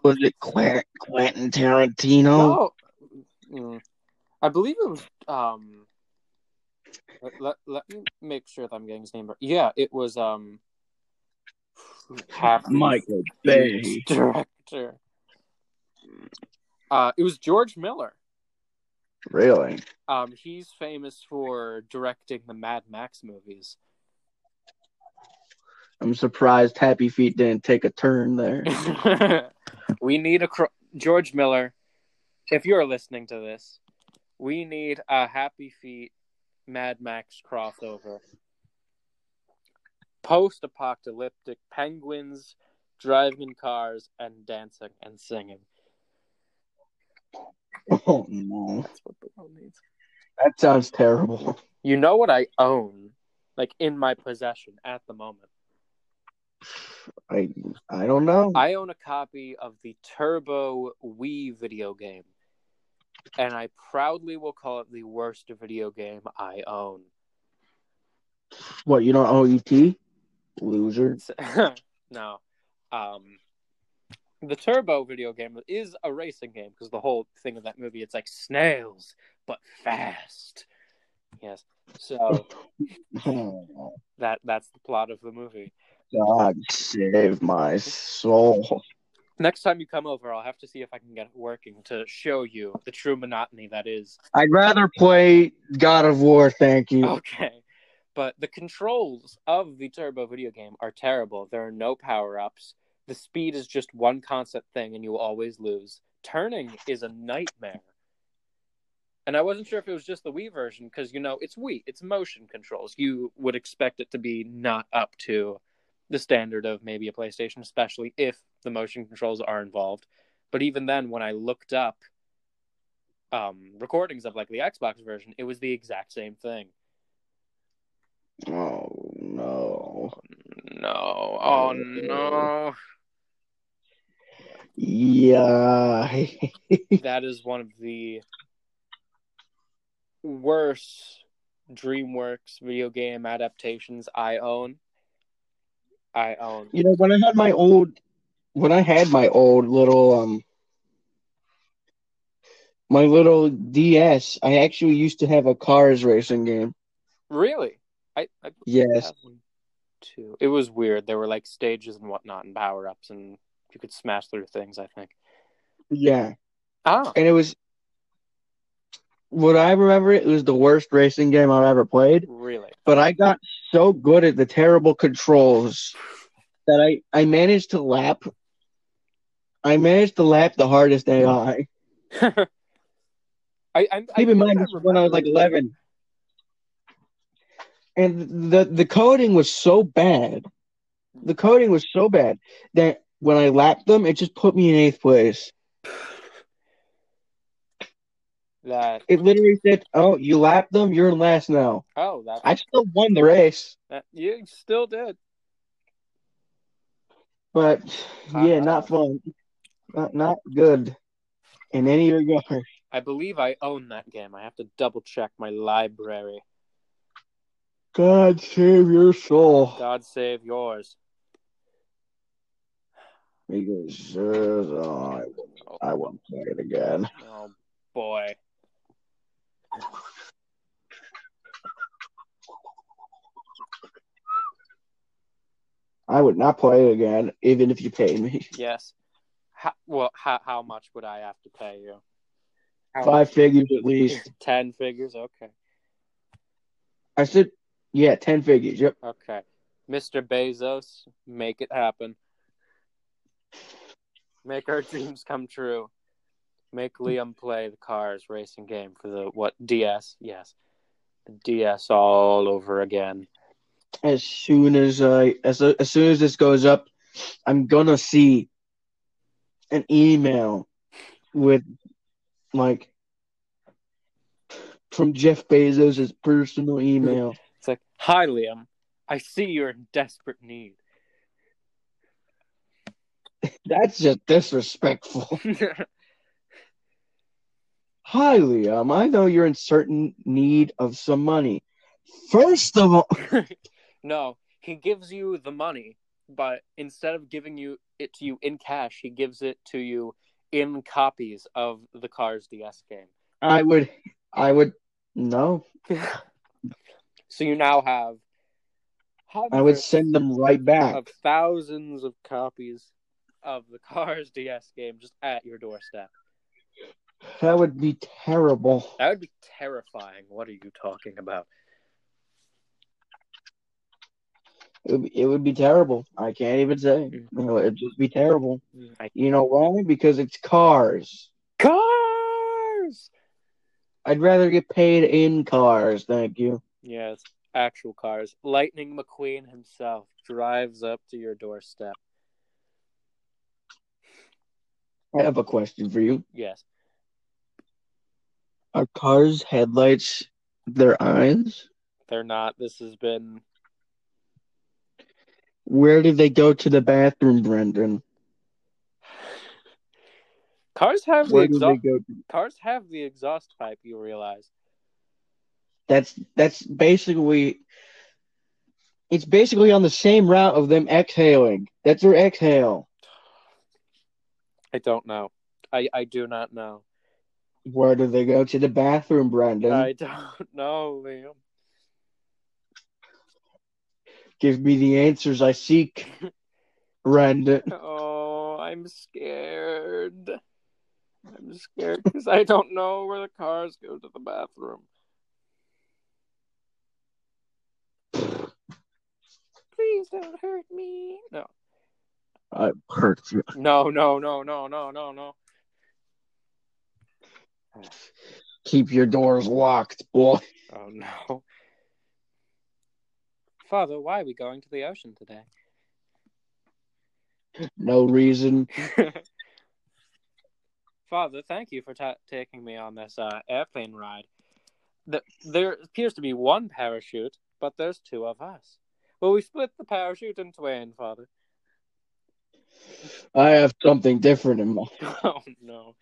S3: Was it Quen- Quentin Tarantino?
S2: No, Mm. I believe it was. Um, let, let, let me make sure that I'm getting his name right. Yeah, it was. Um, Happy
S3: Michael Bay.
S2: Feet director. Uh, it was George Miller.
S3: Really?
S2: Um, he's famous for directing the Mad Max movies.
S3: I'm surprised Happy Feet didn't take a turn there.
S2: we need a cro- George Miller. If you're listening to this, we need a Happy Feet Mad Max crossover. Post apocalyptic penguins driving in cars and dancing and singing.
S3: oh no,
S2: That's what the world needs.
S3: that sounds terrible.
S2: You know what I own, like in my possession at the moment?
S3: I I don't know.
S2: I own a copy of the Turbo Wii video game, and I proudly will call it the worst video game I own.
S3: What you don't owe ET? Loser.
S2: It's- no, um, the Turbo video game is a racing game because the whole thing of that movie it's like snails but fast. Yes, so
S3: Oh,
S2: that that's the plot of the movie.
S3: God save my soul.
S2: Next time you come over, I'll have to see if I can get it working to show you the true monotony that is
S3: I'd rather play God of War, thank you.
S2: Okay. But the controls of the Turbo video game are terrible. There are no power ups. The speed is just one constant thing and you will always lose. Turning is a nightmare. And I wasn't sure if it was just the Wii version because, you know, it's Wii, it's motion controls. You would expect it to be not up to the standard of maybe a PlayStation, especially if the motion controls are involved. But even then, when I looked up um, recordings of like the Xbox version, it was the exact same thing.
S3: Oh no.
S2: No.
S3: Oh,
S2: Oh no.
S3: Yeah.
S2: That is one of the worst DreamWorks video game adaptations I own. I own.
S3: You know, when I had my old, when I had my old little, um, my little DS, I actually used to have a cars racing game.
S2: Really? I, I
S3: Yes.
S2: have one too. It was weird. There were like stages and whatnot and power ups and you could smash through things, I think.
S3: Yeah.
S2: Ah.
S3: And it was, what I remember, it was the worst racing game I've ever played,
S2: Really?
S3: but I got so good at the terrible controls that I, I managed to lap, I managed to lap the hardest AI.
S2: I, I, I
S3: Keep in
S2: think
S3: mind,
S2: I
S3: this was when I was
S2: remember-
S3: like 11. And the, the coding was so bad. The coding was so bad that when I lapped them, it just put me in eighth place.
S2: That
S3: It literally said, Oh, you lapped them, you're in last now.
S2: oh that,
S3: I still won the race,
S2: that you still did.
S3: but yeah,
S2: Uh-uh.
S3: not fun. Not, not good in any regard.
S2: I believe I own that game. I have to double check my library.
S3: God save your soul.
S2: God save yours.
S3: Because there's- oh, I won't- I won't play it again.
S2: Oh boy.
S3: I would not play it again, even if you paid me.
S2: Yes. How, well, how, how much would I have to pay you? How
S3: Five figures at least.
S2: Ten figures. Okay.
S3: I said, yeah, ten figures. Yep.
S2: Okay. Mr. Bezos, make it happen. Make our dreams come true. Make Liam play the cars racing game for the what DS? Yes. The DS all over again.
S3: As soon as I, as as soon as this goes up, I'm gonna see an email with like from Jeff Bezos' personal email.
S2: It's like, hi, Liam. I see you're in desperate need.
S3: That's just disrespectful. Hi, Liam. um, I know you're in certain need of some money. First of all,
S2: no, he gives you the money, but instead of giving you it to you in cash, he gives it to you in copies of the Cars DS game.
S3: I would, I would, no,
S2: so you now have hundreds
S3: I would send them right back.
S2: of thousands of copies of the Cars DS game just at your doorstep.
S3: That would be terrible.
S2: That would be terrifying. What are you talking about?
S3: It would, be- it would be terrible. I can't even say. You know, it'd just be terrible. You know why? Because it's cars.
S2: Cars.
S3: I'd rather get paid in cars. Thank you.
S2: Yes, actual cars. Lightning McQueen himself drives up to your doorstep.
S3: I have a question for you.
S2: Yes.
S3: Are cars' headlights their eyes?
S2: They're not. This has been
S3: Where did they go to the bathroom, Brendan?
S2: cars have the
S3: Where did they
S2: exhaust.
S3: go? To?
S2: Cars have the exhaust pipe. You realize?
S3: That's that's basically. It's basically on the same route of them exhaling. That's their exhale.
S2: I don't know. I I do not know.
S3: Where do they go to the bathroom, Brendan?
S2: I don't know, Liam.
S3: Give me the answers I seek, Brendan.
S2: Oh, I'm scared. I'm scared because I don't know where the cars go to the bathroom. Please don't hurt me. No,
S3: I hurt you.
S2: no, no, no, no, no, no, no.
S3: Keep your doors locked, boy.
S2: Oh no. Father, why are we going to the ocean today?
S3: No reason.
S2: Father, thank you for ta taking me on this uh, airplane ride. Th there appears to be one parachute, but there's two of us. Well, we split the parachute in twain, Father.
S3: I have something different in mind.
S2: Oh no,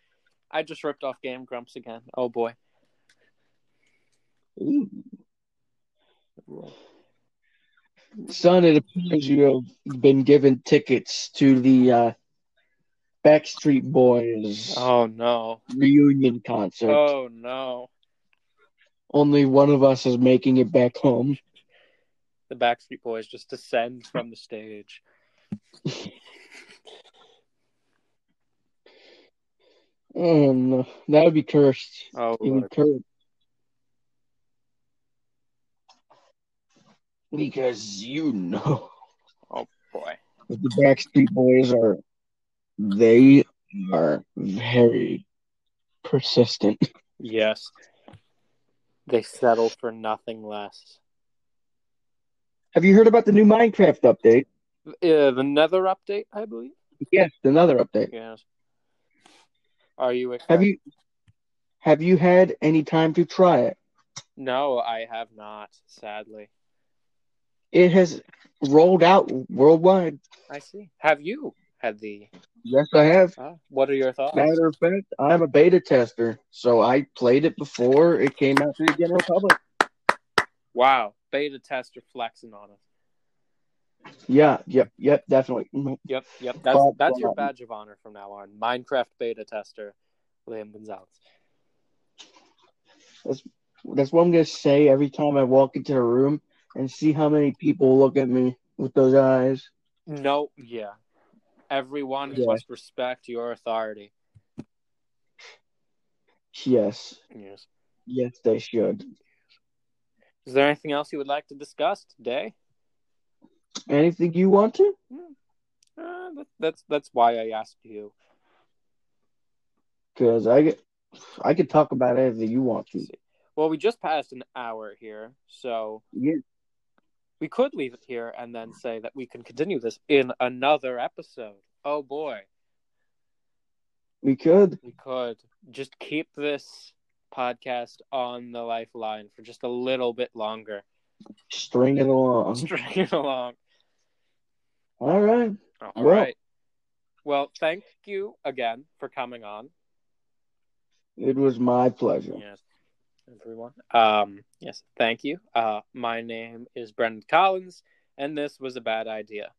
S2: I just ripped off Game Grumps again. Oh boy.
S3: Ooh. Son, it appears you have been given tickets to the uh, Backstreet Boys
S2: Oh no.
S3: reunion concert.
S2: Oh no.
S3: Only one of us is making it back home.
S2: The Backstreet Boys just descend from the stage.
S3: Oh, no. That would be cursed.
S2: Oh,
S3: It
S2: Lord.
S3: would curse. Because you know
S2: boy.
S3: that the Backstreet Boys are, they are very persistent.
S2: Yes. They settle for nothing less.
S3: Have you heard about the new Minecraft update?
S2: Uh, the Nether update, I believe.
S3: Yes, another update.
S2: Yes. Are you excited?
S3: Have you have you had any time to try it?
S2: No, I have not. Sadly,
S3: It has rolled out worldwide.
S2: I see. Have you had the?
S3: Yes, I have.
S2: Uh, what are your thoughts?
S3: Matter of fact, I'm a beta tester, so I played it before it came out to the general public.
S2: Wow, beta tester flexing on us.
S3: Yeah, yep, yep, definitely. Mhm.
S2: Yep, yep. That's
S3: But,
S2: that's your
S3: um,
S2: badge of honor from now on. Minecraft beta tester, Liam Gonzalez.
S3: That's what I'm gonna say every time I walk into a room and see how many people look at me with those eyes.
S2: No, yeah. Everyone
S3: Yeah.
S2: must respect your authority.
S3: Yes,
S2: Yes.
S3: yes, they should.
S2: Is there anything else you would like to discuss today?
S3: Anything you want to?
S2: Uh, that, that's that's why I asked you.
S3: Because I get, I could talk about anything you want to.
S2: Well, we just passed an hour here, so
S3: Yeah.
S2: we could leave it here and then say that we can continue this in another episode. Oh boy,
S3: We could.
S2: we could just keep this podcast on the lifeline for just a little bit longer.
S3: String it along.
S2: String it along.
S3: All right.
S2: All right.
S3: Well-
S2: Well, thank you again for coming on.
S3: It was my pleasure.
S2: Yes, everyone. Um, yes, thank you. Uh, my name is Brendan Collins, and this was a bad idea.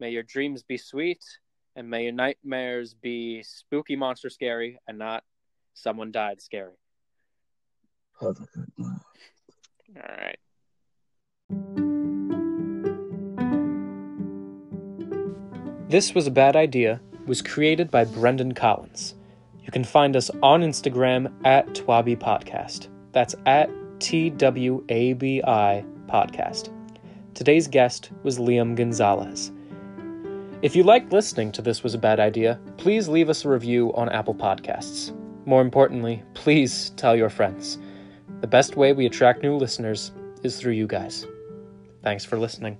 S2: May your dreams be sweet, and may your nightmares be spooky, monster, scary, and not someone died scary.
S3: Have a good night.
S2: All right.
S1: This Was a Bad Idea was created by Brendan Collins. You can find us on Instagram at Twabi Podcast. That's at T W A B I Podcast.
S2: Today's guest was Liam Gonzalez. If you liked listening to This Was a Bad Idea, please leave us a review on Apple Podcasts. More importantly, please tell your friends. The best way we attract new listeners is through you guys. Thanks for listening.